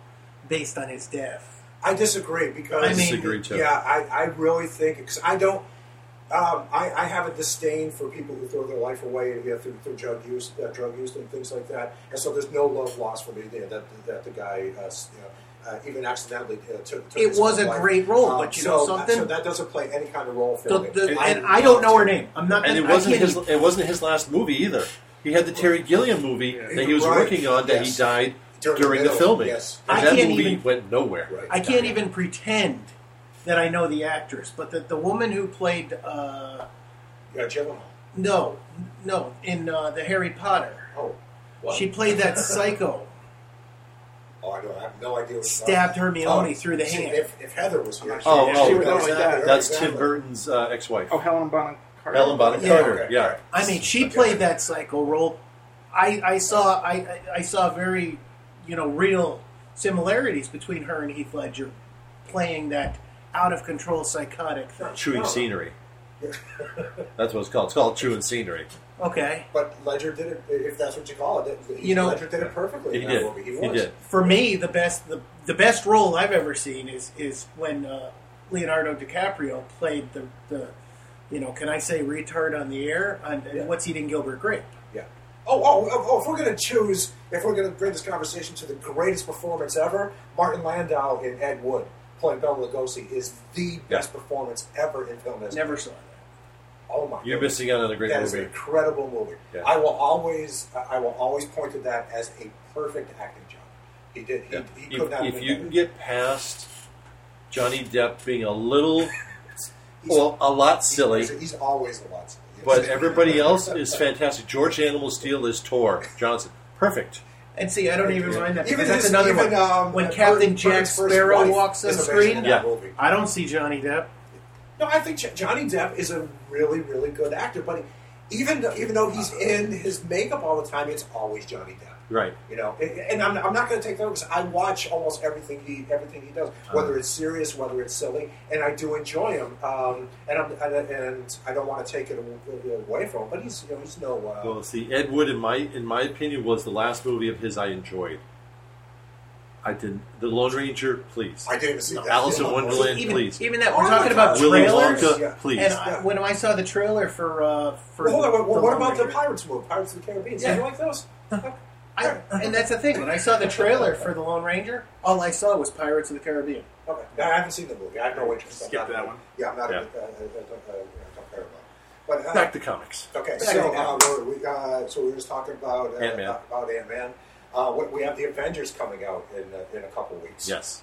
Speaker 2: based on his death.
Speaker 1: I disagree because
Speaker 2: I mean-
Speaker 3: disagree too.
Speaker 1: Yeah, I, I really think because I don't. Um, I, I have a disdain for people who throw their life away you know, through, through drug use, uh, drug use, and things like that. And so there's no love lost for me you know, that that the guy, uh, s- you know, uh, even accidentally uh, took. took
Speaker 2: It
Speaker 1: his
Speaker 2: was
Speaker 1: own
Speaker 2: a
Speaker 1: life.
Speaker 2: great role,
Speaker 1: Um,
Speaker 2: but you
Speaker 1: so, that-
Speaker 2: know something?
Speaker 1: so that doesn't play any kind of role for
Speaker 2: The-
Speaker 1: me.
Speaker 2: the-
Speaker 3: And-
Speaker 2: and I don't know her name. I'm not.
Speaker 3: and it
Speaker 2: I
Speaker 3: wasn't
Speaker 2: can't
Speaker 3: his.
Speaker 2: even-
Speaker 3: It wasn't his last movie either. He had the Terry Gilliam movie
Speaker 4: Yeah.
Speaker 3: that he was
Speaker 1: Right.
Speaker 3: working on that
Speaker 1: Yes.
Speaker 3: he died
Speaker 1: During
Speaker 3: during,
Speaker 1: the
Speaker 3: the,
Speaker 1: middle,
Speaker 3: filming.
Speaker 1: yes.
Speaker 3: And
Speaker 2: I
Speaker 3: that
Speaker 2: can't
Speaker 3: movie
Speaker 2: even-
Speaker 3: went nowhere.
Speaker 1: Right.
Speaker 2: I can't even pretend that I know the actress, but the the woman who played uh,
Speaker 1: Yeah, Gyllenhaal.
Speaker 2: no no in uh, the Harry Potter,
Speaker 1: Oh, what?
Speaker 2: she played that psycho.
Speaker 1: oh, I don't. I have no idea. What
Speaker 2: Stabbed Hermione
Speaker 1: oh,
Speaker 2: through the
Speaker 1: see,
Speaker 2: hand.
Speaker 1: If, if Heather was here,
Speaker 3: Oh,
Speaker 1: she-
Speaker 3: oh,
Speaker 1: she would know
Speaker 4: that's-
Speaker 1: exactly-
Speaker 3: That's
Speaker 1: exactly.
Speaker 3: Tim Burton's uh, ex-wife,
Speaker 4: Oh, Helen Bonham Carter.
Speaker 3: Ellen Bonham
Speaker 2: Yeah.
Speaker 3: Carter.
Speaker 1: Okay.
Speaker 3: Yeah.
Speaker 2: I mean, she played that psycho role. I, I saw I, I- I saw very, you know, real similarities between her and Heath Ledger playing that out of control psychotic thing.
Speaker 3: chewing
Speaker 1: No.
Speaker 3: scenery. That's what it's called. It's called chewing scenery.
Speaker 2: Okay.
Speaker 1: But Ledger did it, if that's what you call it. He,
Speaker 2: You know-
Speaker 1: Ledger did it perfectly.
Speaker 3: He
Speaker 1: in
Speaker 3: did.
Speaker 1: That movie.
Speaker 3: He
Speaker 1: was.
Speaker 3: did.
Speaker 2: For me, the best the, the best role I've ever seen is is when uh, Leonardo DiCaprio played the, the you know, can I say retard on the air on
Speaker 1: Yeah.
Speaker 2: What's Eating Gilbert Grape?
Speaker 1: Yeah. Oh, oh, oh, oh, if we're going to choose, if we're going to bring this conversation to the greatest performance ever, Martin Landau in Ed Wood playing Bela Lugosi is the best performance ever in film history.
Speaker 2: Never saw that.
Speaker 1: Oh my!
Speaker 3: You're
Speaker 1: goodness.
Speaker 3: missing out on a great
Speaker 1: That is an
Speaker 3: movie.
Speaker 1: incredible movie.
Speaker 3: Yeah.
Speaker 1: I will always, I will always point to that as a perfect acting job. He did. He,
Speaker 3: Yeah.
Speaker 1: he could not. have
Speaker 3: If, if
Speaker 1: been
Speaker 3: you
Speaker 1: better.
Speaker 3: can get past Johnny Depp being a little,
Speaker 1: He's-
Speaker 3: well, a lot
Speaker 1: he's-
Speaker 3: silly,
Speaker 1: he's always a lot. silly. Yes.
Speaker 3: but everybody else is fantastic. George Animal Steel is Tor Johnson. Perfect.
Speaker 2: And see, I don't even mind that
Speaker 1: Even
Speaker 2: because that's
Speaker 1: his-
Speaker 2: another
Speaker 1: even,
Speaker 2: one.
Speaker 1: um,
Speaker 2: when
Speaker 1: Bert-
Speaker 2: Captain
Speaker 1: Bert's
Speaker 2: Jack
Speaker 1: first
Speaker 2: Sparrow
Speaker 1: wife
Speaker 2: walks on
Speaker 1: is amazing
Speaker 2: screen,
Speaker 1: in
Speaker 3: Yeah.
Speaker 1: that movie.
Speaker 2: I don't see Johnny Depp.
Speaker 1: No, I think Jo- Johnny Depp is a really, really good actor, but even though, even though he's in his makeup all the time, it's always Johnny Depp.
Speaker 3: Right.
Speaker 1: You know, and, and I'm, I'm not going to take that because I watch almost everything he everything he does,
Speaker 2: Uh-huh.
Speaker 1: whether it's serious, whether it's silly, and I do enjoy him. Um, and, I'm, and and I don't want to take it aw- away from him, but he's you know he's no uh,
Speaker 3: Well, see, Ed Wood, in my in my opinion, was the last movie of his I enjoyed. I didn't. The Lone Ranger, please.
Speaker 1: I didn't even see
Speaker 2: No,
Speaker 1: that.
Speaker 3: Alice in
Speaker 1: Yeah.
Speaker 3: Wonderland. Lynn,
Speaker 2: even,
Speaker 3: please.
Speaker 2: even that we're
Speaker 1: Oh,
Speaker 2: talking
Speaker 1: my
Speaker 2: about
Speaker 1: God.
Speaker 3: Willy
Speaker 2: trailers.
Speaker 3: Wonka,
Speaker 1: Yeah.
Speaker 3: please.
Speaker 2: And I, when I saw the trailer for uh, for
Speaker 1: Well, hold on. What,
Speaker 2: the
Speaker 1: what about
Speaker 2: Lone
Speaker 1: the
Speaker 2: Ranger-
Speaker 1: Pirates movie? Pirates of the Caribbean. Did
Speaker 2: Yeah.
Speaker 1: you like those?
Speaker 2: I, and that's the thing. When I saw the trailer for the Lone Ranger, all I saw was Pirates of the Caribbean.
Speaker 1: Okay. No, I haven't seen the movie. I have no interest. I'm
Speaker 4: Skip
Speaker 1: not-
Speaker 4: that one.
Speaker 1: Yeah, I'm not.
Speaker 3: Yeah.
Speaker 1: A, uh, I don't, uh, I don't care about. it. But uh,
Speaker 3: Back to comics.
Speaker 1: Okay,
Speaker 2: Back to
Speaker 1: so uh,
Speaker 2: comics.
Speaker 1: we we, uh, so we were just talking about uh,
Speaker 3: Ant-Man.
Speaker 1: about Ant Man. Uh, we- we have the Avengers coming out in uh, in a couple weeks.
Speaker 3: Yes.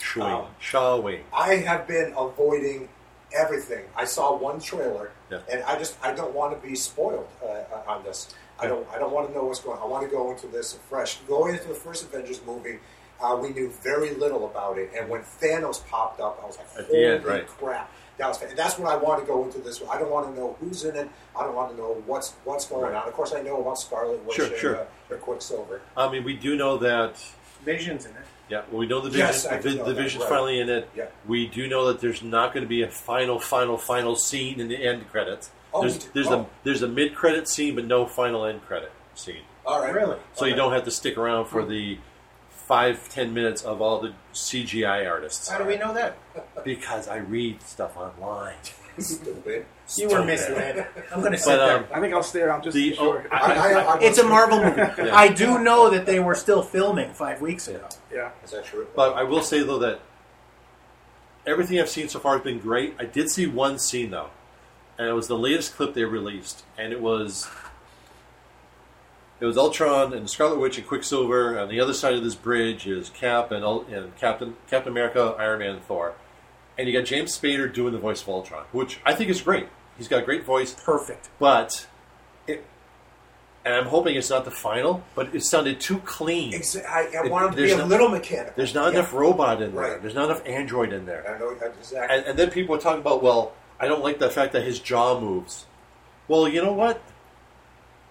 Speaker 3: Shawing.
Speaker 1: Um,
Speaker 3: Shawing.
Speaker 1: I have been avoiding everything. I saw one trailer,
Speaker 3: Yeah.
Speaker 1: and I just I don't want to be spoiled uh, uh, on this. I don't I don't want to know what's going. on. I want to go into this fresh. Going into the first Avengers movie, uh, we knew very little about it, and when Thanos popped up, I was like,
Speaker 3: At
Speaker 1: "Holy
Speaker 3: the end, right.
Speaker 1: crap!" That was, and that's what I want to go into this. with. I don't want to know who's in it. I don't want to know what's what's going
Speaker 3: Right.
Speaker 1: on. Of course, I know about Scarlet Witch
Speaker 3: Sure,
Speaker 1: and,
Speaker 3: sure.
Speaker 1: Uh, and Quicksilver.
Speaker 3: I mean, we do know that.
Speaker 2: Visions in it.
Speaker 3: Yeah, well, we know the vision.
Speaker 1: Yes, I
Speaker 3: the
Speaker 1: know
Speaker 3: the
Speaker 1: that,
Speaker 3: vision's
Speaker 1: right.
Speaker 3: finally in it.
Speaker 1: Yeah.
Speaker 3: We do know that there's not going to be a final, final, final scene in the end credits.
Speaker 1: Oh, we
Speaker 3: there's
Speaker 1: do-
Speaker 3: there's a
Speaker 1: oh.
Speaker 3: there's a mid credit scene, but no final end credit scene.
Speaker 1: All right,
Speaker 2: Really?
Speaker 3: So you don't have to stick around for
Speaker 1: Hmm.
Speaker 3: the five ten minutes of all the CGI artists
Speaker 2: How do we know that?
Speaker 3: because I read stuff online.
Speaker 1: stupid.
Speaker 2: You were misled. I'm going to sit
Speaker 3: But um,
Speaker 2: there.
Speaker 4: I think I'll stay around just
Speaker 3: The-
Speaker 4: to be sure.
Speaker 3: oh, I-
Speaker 1: I, I, I,
Speaker 2: It's a Marvel movie.
Speaker 3: Yeah.
Speaker 2: I do know that they were still filming five weeks ago.
Speaker 4: yeah.
Speaker 1: Is that true?
Speaker 3: But I will say though that everything I've seen so far has been great. I did see one scene though, and it was the latest clip they released, and it was it was Ultron and Scarlet Witch and Quicksilver. On the other side of this bridge is Cap and, Ul- and Captain Captain America, Iron Man, and Thor, and you got James Spader doing the voice of Ultron, which I think is great. He's got a great voice,
Speaker 2: Perfect.
Speaker 3: but it. And I'm hoping it's not the final, but it sounded too clean.
Speaker 1: Exa- I, I
Speaker 3: It-
Speaker 1: want him to be
Speaker 3: there's
Speaker 1: a
Speaker 3: no-
Speaker 1: little mechanical.
Speaker 3: There's not
Speaker 1: Yeah.
Speaker 3: enough robot in there.
Speaker 1: Right.
Speaker 3: There's not enough android in there.
Speaker 1: I know exactly.
Speaker 3: And, and then people were talking about, well, I don't like the fact that his jaw moves. Well, you know what?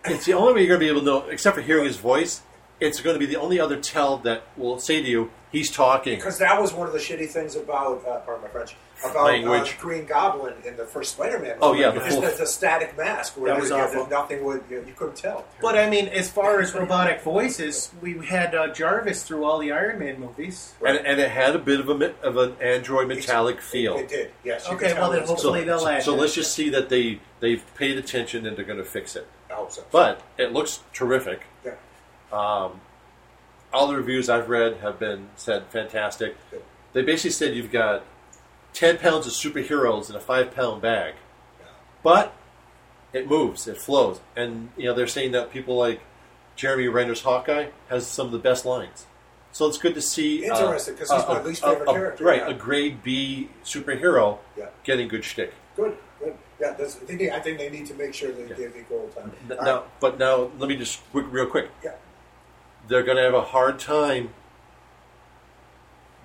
Speaker 3: It's the only way you're going to be able to know, except for hearing his voice. It's going to be the only other tell that will say to you, he's talking.
Speaker 1: Because that was one of the shitty things about, uh, pardon my French, about uh,
Speaker 3: Language.
Speaker 1: Green Goblin in the first Spider-Man.
Speaker 3: Oh,
Speaker 1: movie,
Speaker 3: yeah, the
Speaker 1: is
Speaker 3: full-
Speaker 1: the, the static mask where
Speaker 2: That was
Speaker 1: you- you-
Speaker 2: awful.
Speaker 1: nothing would you, you couldn't tell.
Speaker 2: But I mean, as far as robotic voices, we had uh, Jarvis through all the Iron Man movies.
Speaker 3: And, and it had a bit of, a, mi- of an android metallic feel.
Speaker 1: It, it did. Yes. You
Speaker 2: Okay,
Speaker 1: could tell
Speaker 2: well,
Speaker 1: it
Speaker 2: then
Speaker 1: was-
Speaker 2: hopefully- they'll
Speaker 3: so,
Speaker 2: add
Speaker 3: so
Speaker 2: that.
Speaker 3: let's just see that they, they've paid attention and they're going to fix it.
Speaker 1: I hope so.
Speaker 3: But it looks terrific.
Speaker 1: yeah.
Speaker 3: all the reviews I've read have been said fantastic. They basically said you've got ten pounds of superheroes in a five pound bag, but it moves, it flows, and you know they're saying that people like Jeremy Renner's Hawkeye has some of the best lines. So it's good to see. uh,
Speaker 1: Interesting, 'cause he's
Speaker 3: uh,
Speaker 1: my
Speaker 3: a-
Speaker 1: least
Speaker 3: a-
Speaker 1: favorite
Speaker 3: a-
Speaker 1: character,
Speaker 3: Right,
Speaker 1: yeah.
Speaker 3: a grade B superhero
Speaker 1: Yeah.
Speaker 3: getting good shtick.
Speaker 1: Good. Good. Yeah. That's, they need, I think they need to make sure they give equal time.
Speaker 3: N-
Speaker 1: All
Speaker 3: now,
Speaker 1: right.
Speaker 3: but now let me just quick, real quick.
Speaker 1: Yeah.
Speaker 3: they're going to have a hard time.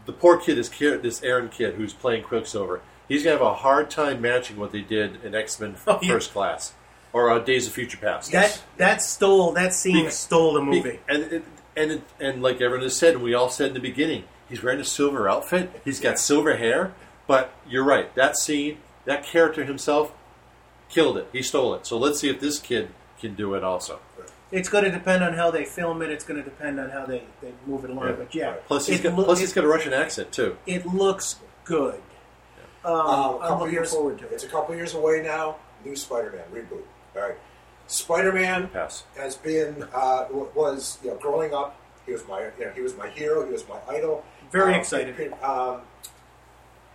Speaker 3: The poor kid is kid, this Aaron kid who's playing Quicksilver. He's going to have a hard time matching what they did in X Men
Speaker 2: Oh, yeah.
Speaker 3: First Class or uh, Days of Future Past.
Speaker 2: That that stole that scene
Speaker 3: Be-
Speaker 2: stole the
Speaker 3: Be-
Speaker 2: movie.
Speaker 3: and it, and it, and like everyone has said, and we all said in the beginning, he's wearing a silver outfit. He's got silver hair. But you're right. That scene, that character himself, killed it. He stole it. So let's see if this kid can do it also.
Speaker 2: It's going to depend on how they film it. It's going to depend on how they, they move it along.
Speaker 3: Yeah.
Speaker 2: But yeah,
Speaker 3: Plus, he's
Speaker 2: it
Speaker 3: got,
Speaker 2: loo-
Speaker 3: plus
Speaker 2: it,
Speaker 3: he's got a Russian accent too.
Speaker 2: it looks good.
Speaker 1: Uh, a
Speaker 2: Um, I'm
Speaker 1: couple
Speaker 2: looking
Speaker 1: years.
Speaker 2: forward to
Speaker 1: It's
Speaker 2: it.
Speaker 1: a couple years away now. New Spider-Man reboot. All right. Spider-Man
Speaker 3: Pass.
Speaker 1: has been uh, w- was you know growing up he was my you know, he was my hero he was my idol
Speaker 2: Very
Speaker 1: Um,
Speaker 2: excited.
Speaker 1: it- um,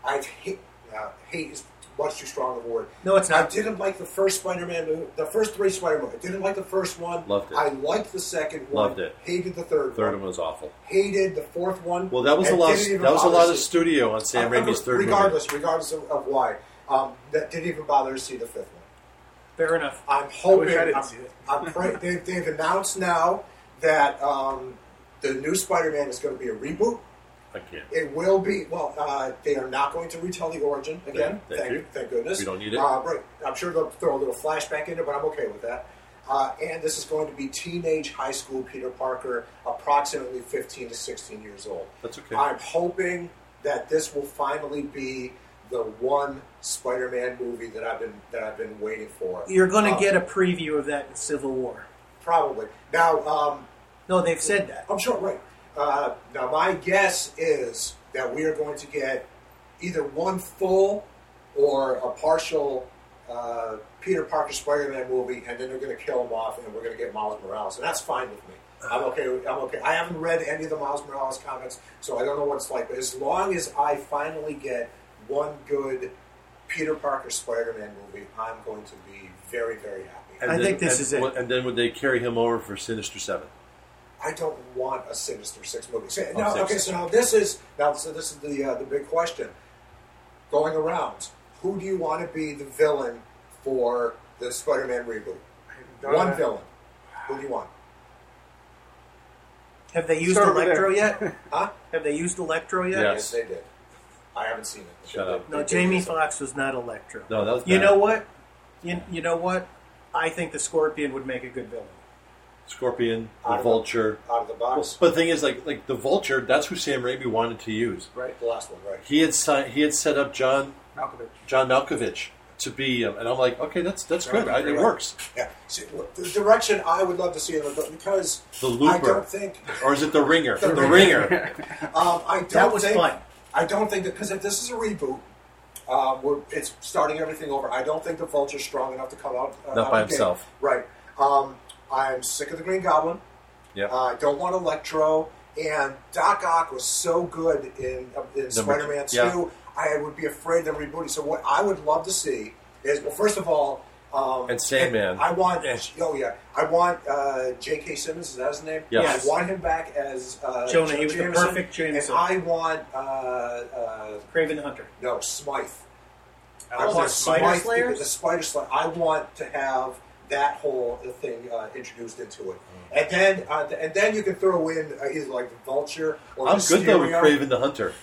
Speaker 1: I hate uh, hate is much too strong of a word
Speaker 2: No, it's
Speaker 1: I
Speaker 2: not.
Speaker 1: didn't like the first Spider-Man movie the first three Spider-Man I didn't like the first one
Speaker 3: Loved it.
Speaker 1: I liked the second one
Speaker 3: Loved it.
Speaker 1: hated the third,
Speaker 3: Third
Speaker 1: one
Speaker 3: one was awful.
Speaker 1: hated the fourth one
Speaker 3: Well, that was a
Speaker 1: and
Speaker 3: lot.
Speaker 1: didn't
Speaker 3: Of,
Speaker 1: even
Speaker 3: that was a lot
Speaker 1: bother
Speaker 3: of
Speaker 1: see-
Speaker 3: studio on Sam
Speaker 1: I- I-
Speaker 3: Raimi's third
Speaker 1: Uh, regardless regardless of, of why um, that didn't even bother to see the fifth one
Speaker 2: Fair enough.
Speaker 1: I'm hoping.
Speaker 4: I wish I
Speaker 1: I
Speaker 4: didn't
Speaker 1: am
Speaker 4: see it.
Speaker 1: I'm pray- they've, they've announced now that um, the new Spider-Man is going to be a reboot.
Speaker 3: movie. Again,
Speaker 1: It will be. Well, uh, they are not going to retell the origin again.
Speaker 3: Yeah, thank you.
Speaker 1: thank goodness.
Speaker 3: We don't need it.
Speaker 1: Uh, right. I'm sure they'll throw a little flashback in it, but I'm okay with that. Uh, and this is going to be teenage high school Peter Parker, approximately 15 to 16 years old.
Speaker 3: that's okay.
Speaker 1: I'm hoping that this will finally be the one Spider-Man movie that I've been that I've been waiting for.
Speaker 2: You're going to
Speaker 1: Um,
Speaker 2: get a preview of that in Civil War.
Speaker 1: Probably. Now, um,
Speaker 2: No, they've said that.
Speaker 1: I'm sure, right. Uh, now, my guess is that we are going to get either one full or a partial uh, Peter Parker Spider-Man movie, and then they're going to kill him off, and we're going to get Miles Morales, and that's fine with me. I'm okay. with- I'm okay. I haven't read any of the Miles Morales comics, so I don't know what it's like. But as long as I finally get one good Peter Parker Spider-Man movie, I'm going to be very, very happy.
Speaker 3: And
Speaker 2: I think this
Speaker 3: and
Speaker 2: is it.
Speaker 3: what- And then would they carry him over for Sinister Seven?
Speaker 1: I don't want a Sinister Six movie. So, now,
Speaker 3: Six.
Speaker 1: okay, so now this is now so this is the uh, the big question going around. Who do you want to be the villain for the Spider-Man reboot? One villain. Who do you want?
Speaker 2: Have they used
Speaker 4: Start over
Speaker 2: Electro
Speaker 4: there.
Speaker 2: yet?
Speaker 1: Huh?
Speaker 2: Have they used Electro yet?
Speaker 3: Yeah.
Speaker 1: Yes, they did. I haven't seen it.
Speaker 3: Shut up.
Speaker 1: They
Speaker 2: No,
Speaker 1: did
Speaker 2: Jamie
Speaker 1: this.
Speaker 2: Foxx was not Electro.
Speaker 3: No, that was
Speaker 2: You
Speaker 3: bad.
Speaker 2: know what? You, you know what? I think the Scorpion would make a good villain.
Speaker 3: Scorpion, the
Speaker 1: Ottawa.
Speaker 3: Vulture.
Speaker 1: out of the
Speaker 3: Well,
Speaker 1: box.
Speaker 3: but the thing is, like, like the Vulture, that's who Sam Raimi wanted to use.
Speaker 1: Right, the last one, right?
Speaker 3: He had si- he had set up John
Speaker 4: Malkovich.
Speaker 3: John Malkovich to be, um, and I'm like, okay, that's that's good. I, it works.
Speaker 1: Yeah. See, what- the direction I would love to see it but because
Speaker 3: The Looper.
Speaker 1: I don't think
Speaker 3: Or is it the Ringer? the
Speaker 1: Ringer.
Speaker 3: Ringer.
Speaker 1: um, I don't
Speaker 2: That was
Speaker 1: think
Speaker 2: fun.
Speaker 1: I don't think that because if this is a reboot, um, we're, it's starting everything over. I don't think the Vulture's strong enough to come out uh,
Speaker 3: Not
Speaker 1: out
Speaker 3: by
Speaker 1: of the gate.
Speaker 3: himself.
Speaker 1: Right. Um, I'm sick of the Green Goblin.
Speaker 3: Yeah.
Speaker 1: Uh, I don't want Electro. And Doc Ock was so good in, in Spider Man 2.
Speaker 3: yeah.
Speaker 1: I would be afraid of rebooting. So, what I would love to see is, well, first of all, um,
Speaker 3: And Sandman.
Speaker 1: I want,
Speaker 3: Yeah.
Speaker 1: oh, yeah. I want uh, J.K. Simmons, is that his name?
Speaker 3: Yes.
Speaker 1: I want him back as uh,
Speaker 2: Jonah,
Speaker 1: Joe
Speaker 2: he was the
Speaker 1: Jameson,
Speaker 2: perfect Jameson.
Speaker 1: And I want, uh, uh,
Speaker 2: Craven Hunter.
Speaker 1: no, Smythe.
Speaker 2: Oh,
Speaker 1: I
Speaker 2: the
Speaker 1: want
Speaker 2: Spider
Speaker 1: Smythe to be
Speaker 2: Slayers?
Speaker 1: The Spider Slayer. I want to have that whole thing uh, introduced into it,
Speaker 2: Mm.
Speaker 1: and then uh, th- and then you can throw in uh, either like the Uh, Vulture or
Speaker 3: I'm
Speaker 1: Mysterio.
Speaker 3: good though with Craven the Hunter.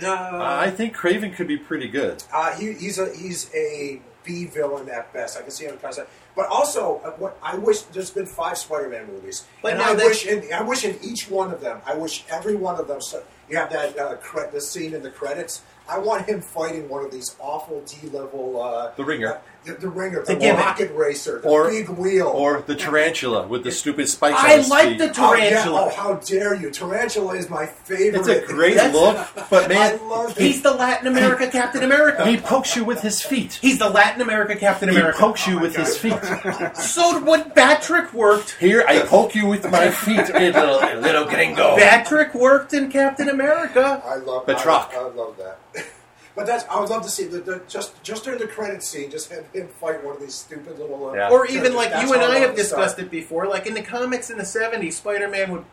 Speaker 1: No,
Speaker 3: I think Craven could be pretty good.
Speaker 1: uh, he, he's a he's a B villain at best. I can see him kind of. But also, uh, what I wish there's been five Spider-Man movies,
Speaker 2: But
Speaker 1: and
Speaker 2: now
Speaker 1: I
Speaker 2: that-
Speaker 1: wish in I wish in each one of them, I wish every one of them. So you have that uh, cre- the scene in the credits. I want him fighting one of these awful D-level. Uh,
Speaker 3: The Ringer.
Speaker 1: uh, the, the ringer,
Speaker 2: The
Speaker 1: the,
Speaker 2: Gimmick.
Speaker 1: rocket racer, the
Speaker 3: Or-
Speaker 1: big wheel,
Speaker 3: Or the Tarantula with the stupid spikes.
Speaker 2: I
Speaker 3: on his
Speaker 2: like
Speaker 3: feet.
Speaker 2: the
Speaker 1: Oh, yeah.
Speaker 2: Tarantula.
Speaker 1: Oh, how dare you! Tarantula is my favorite.
Speaker 3: It's a great
Speaker 2: That's-
Speaker 3: look, but man,
Speaker 1: I love
Speaker 2: He's
Speaker 1: it.
Speaker 2: the Latin America Captain America.
Speaker 3: he pokes you with his feet.
Speaker 2: He's the Latin America Captain
Speaker 3: He
Speaker 2: America.
Speaker 3: pokes Oh you with his feet.
Speaker 2: So what Batrick worked,
Speaker 3: Here, I poke you with my feet, you little, little gringo.
Speaker 2: Batrick worked in Captain America.
Speaker 1: I love
Speaker 3: Batroc.
Speaker 1: I, I love that. but that's I would love to see the, the just just during the credit scene, just have him fight one of these stupid little. Uh,
Speaker 3: Yeah.
Speaker 2: Or even like
Speaker 1: That's
Speaker 2: you and
Speaker 1: how
Speaker 2: I
Speaker 1: love
Speaker 2: have discussed
Speaker 1: stuff.
Speaker 2: it before, like in the comics in the 70s, Spider Man would,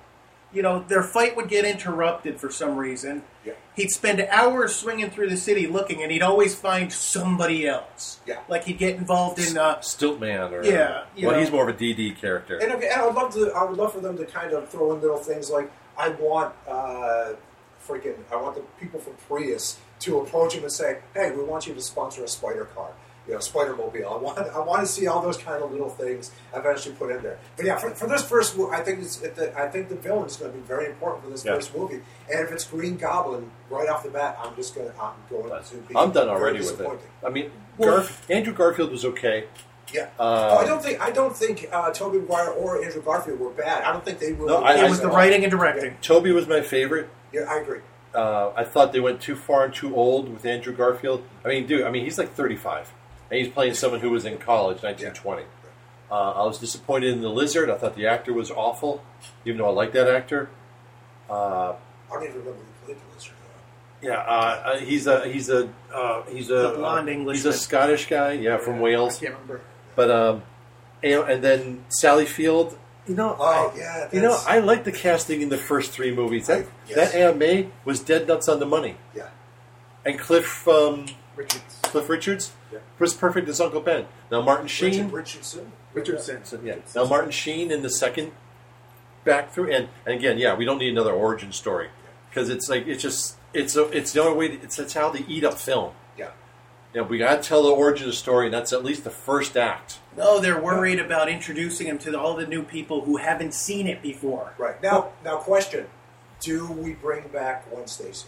Speaker 2: you know, their fight would get interrupted for some reason.
Speaker 1: Yeah.
Speaker 2: He'd spend hours swinging through the city looking, and he'd always find somebody else.
Speaker 1: Yeah.
Speaker 2: Like he'd get involved in, uh,
Speaker 3: Stiltman, or
Speaker 2: Yeah, you
Speaker 3: well,
Speaker 2: know.
Speaker 3: he's more of a DD character.
Speaker 1: And, okay, and I would love to. I would love for them to kind of throw in little things like I want uh, freaking I want the people from Prius to approach him and say, "Hey, we want you to sponsor a spider car." You know, Spider Mobile. I want, I want to see all those kind of little things eventually put in there. But yeah, for, for this first, mo- I think it's, it- the, I think the villain is going to be very important for this
Speaker 3: Yeah.
Speaker 1: first movie. And if it's Green Goblin right off the bat, I'm just going. to I'm going to be.
Speaker 3: I'm done
Speaker 1: very
Speaker 3: already with it.
Speaker 1: disappointed.
Speaker 3: I mean, Gar- Andrew Garfield was okay.
Speaker 1: Yeah.
Speaker 3: Uh,
Speaker 1: oh, I don't think I don't think uh, Toby Maguire or Andrew Garfield were bad. I don't think they were.
Speaker 3: No, I-
Speaker 2: it
Speaker 3: I-
Speaker 2: was the writing and directing.
Speaker 3: Toby was my favorite.
Speaker 1: Yeah, I agree.
Speaker 3: Uh, I thought they went too far and too old with Andrew Garfield. I mean, dude, I mean, he's like 35, and he's playing someone who was in college, 1920. Uh, I was disappointed in the Lizard. I thought the actor was awful, even though I like that actor. Uh,
Speaker 1: I don't even remember who played the lizard. though.
Speaker 3: yeah, uh, uh, he's a he's a uh, he's a
Speaker 2: The blonde
Speaker 3: uh, He's
Speaker 2: Englishman.
Speaker 3: a Scottish guy, yeah, from
Speaker 4: I
Speaker 3: Wales.
Speaker 4: can't remember.
Speaker 3: But um, you know, and then Sally Field. You know,
Speaker 1: Oh,
Speaker 3: I,
Speaker 1: yeah,
Speaker 3: You know,
Speaker 1: that's-
Speaker 3: I like the casting in the first three movies. That
Speaker 1: Yes.
Speaker 3: that Aunt May was dead nuts on the money,
Speaker 1: Yeah.
Speaker 3: and Cliff um,
Speaker 4: Richards.
Speaker 3: Cliff Richards
Speaker 1: Yeah.
Speaker 3: was perfect as Uncle Ben. Now Martin Sheen.
Speaker 1: Richard Richardson.
Speaker 4: Richardson.
Speaker 3: so, yeah. Now Martin Sheen in the second back through, and, and again, yeah, we don't need another origin story because it's like it's just it's a, it's the only way. To, it's it's how they eat up film.
Speaker 1: Yeah.
Speaker 3: You know, we got to tell the origin story, and that's at least the first act.
Speaker 2: No, Oh, they're worried about introducing him to all the new people who haven't seen it before.
Speaker 1: Right now, now question: Do we bring back Gwen Stacy?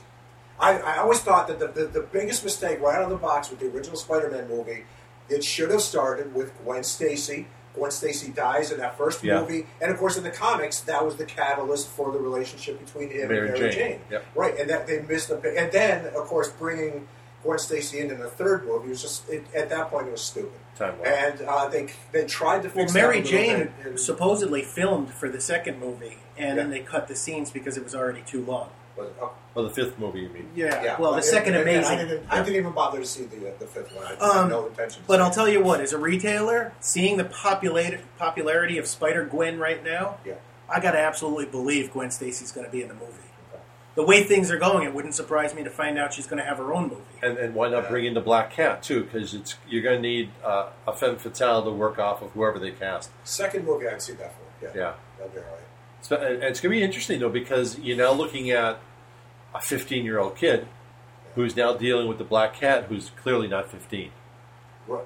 Speaker 1: I, I always thought that the, the, the biggest mistake right out of the box with the original Spider-Man movie, it should have started with Gwen Stacy Gwen Stacy dies in that first
Speaker 3: Yeah.
Speaker 1: movie, and of course in the comics, that was the catalyst for the relationship between him
Speaker 3: Mary
Speaker 1: and Mary
Speaker 3: Jane.
Speaker 1: Jane.
Speaker 3: Yep.
Speaker 1: Right, and that they missed the big, and then of course bringing Gwen Stacy in in the third movie was just it, at that point it was stupid.
Speaker 3: Time warp.
Speaker 1: And uh, they they tried to
Speaker 2: Well,
Speaker 1: fix.
Speaker 2: Mary
Speaker 1: that a little
Speaker 2: Jane
Speaker 1: bit in-
Speaker 2: supposedly filmed for the second movie, and then
Speaker 1: Yeah.
Speaker 2: they cut the scenes because it was already too long.
Speaker 1: but, uh,
Speaker 3: Well, the fifth movie, you mean?
Speaker 2: Yeah.
Speaker 1: yeah,
Speaker 2: Well, the
Speaker 1: but-
Speaker 2: second
Speaker 1: and- and I
Speaker 2: Amazing.
Speaker 1: didn't, I didn't even bother to see the uh, the fifth one. I
Speaker 2: Um,
Speaker 1: had no intention. to
Speaker 2: But
Speaker 1: see
Speaker 2: I'll
Speaker 1: it.
Speaker 2: tell you what, as a retailer, seeing the populate, popularity of Spider Gwen right now,
Speaker 1: Yeah.
Speaker 2: I gotta absolutely believe Gwen Stacy's gonna be in the movie. The way things are going, it wouldn't surprise me to find out she's gonna have her own movie.
Speaker 3: And, and why not bring in the Black Cat too? Because it's you're going to need uh, a femme fatale to work off of whoever they cast.
Speaker 1: Second movie, I'd see that for. Yeah,
Speaker 3: Yeah.
Speaker 1: that'd be all right.
Speaker 3: So, and and it's going to be interesting though because you're now looking at a 15 year old kid who's now dealing with the Black Cat, who's clearly not 15.
Speaker 1: Right.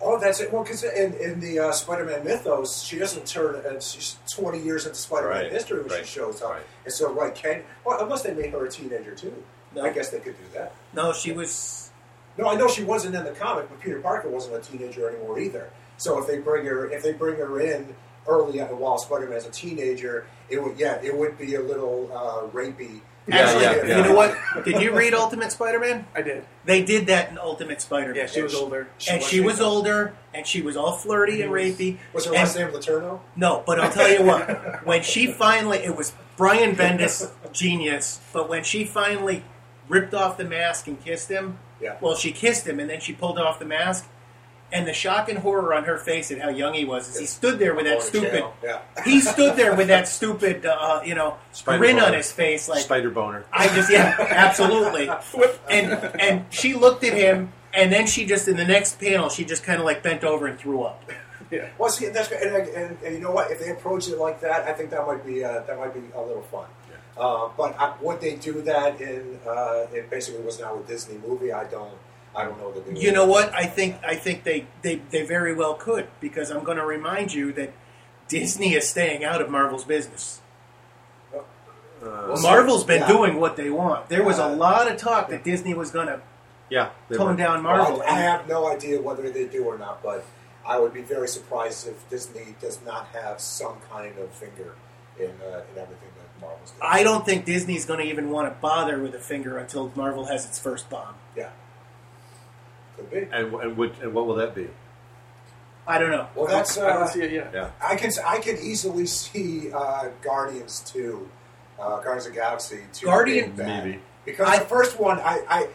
Speaker 1: Oh, that's it. Well, because in, in the uh, Spider-Man mythos, she doesn't turn. Uh, she's twenty years into Spider-Man
Speaker 3: Right,
Speaker 1: history when
Speaker 3: right,
Speaker 1: she shows up,
Speaker 3: right.
Speaker 1: and so right, Ken. Well, unless they made her a teenager too. I guess they could do that.
Speaker 2: No, she was.
Speaker 1: No, I know she wasn't in the comic, but Peter Parker wasn't a teenager anymore either. So if they bring her, if they bring her in early on, while Spider-Man's a teenager, it would yeah, it would be a little uh, rapey.
Speaker 3: Yeah,
Speaker 2: Actually,
Speaker 3: yeah, yeah.
Speaker 2: you know what? Did you read Ultimate Spider Man?
Speaker 4: I did.
Speaker 2: They did that in Ultimate Spider Man.
Speaker 4: Yeah, she was
Speaker 1: she-
Speaker 4: older.
Speaker 2: and she was older, and she was all flirty and rapey.
Speaker 1: Was her
Speaker 2: and-
Speaker 1: last name Laterno?
Speaker 2: No, but I'll tell you what. When she finally, it was Brian Bendis' genius. But when she finally ripped off the mask and kissed him,
Speaker 1: Yeah.
Speaker 2: well, she kissed him and then she pulled off the mask, and the shock and horror on her face at how young he was as he stood there with that
Speaker 1: Or
Speaker 2: stupid.
Speaker 1: Channel, Yeah.
Speaker 2: He stood there with that stupid, uh, you know,
Speaker 3: Spider
Speaker 2: grin on
Speaker 3: boner.
Speaker 2: his face, like
Speaker 3: Spider boner.
Speaker 2: I just yeah, absolutely. And and she looked at him, and then she just in the next panel, she just kind of like bent over and threw up.
Speaker 4: Yeah.
Speaker 1: Well, see, that's and, and, and you know what? If they approach it like that, I think that might be uh, that might be a little fun. Uh, but I, would they do that in? Uh, it basically was now a Disney movie. I don't. I don't know that they. would.
Speaker 2: You know what? I think I think they, they, they very well could because I'm going to remind you that Disney is staying out of Marvel's business. Uh,
Speaker 1: Well,
Speaker 2: Marvel's been
Speaker 1: yeah.
Speaker 2: doing what they want. There was a
Speaker 1: Yeah.
Speaker 2: lot of talk that Disney was going to
Speaker 3: Yeah, they
Speaker 2: tone
Speaker 3: were.
Speaker 2: down
Speaker 1: Well,
Speaker 2: Marvel.
Speaker 1: I, I have no idea whether they do or not, but I would be very surprised if Disney does not have some kind of finger in uh, in everything that Marvel's doing.
Speaker 2: I don't think Disney's going to even want to bother with a finger until Marvel has its first bomb.
Speaker 1: yeah. Could be.
Speaker 3: And, and, would, and what will that be?
Speaker 2: I don't know.
Speaker 1: Well, that's.
Speaker 4: I don't
Speaker 1: Uh,
Speaker 4: see it yet.
Speaker 3: Yeah.
Speaker 1: I can I can easily see uh, Guardians two, uh, Guardians of the Galaxy two.
Speaker 2: Guardian-
Speaker 1: being bad.
Speaker 3: Maybe.
Speaker 1: because
Speaker 2: I-
Speaker 1: the first one I, I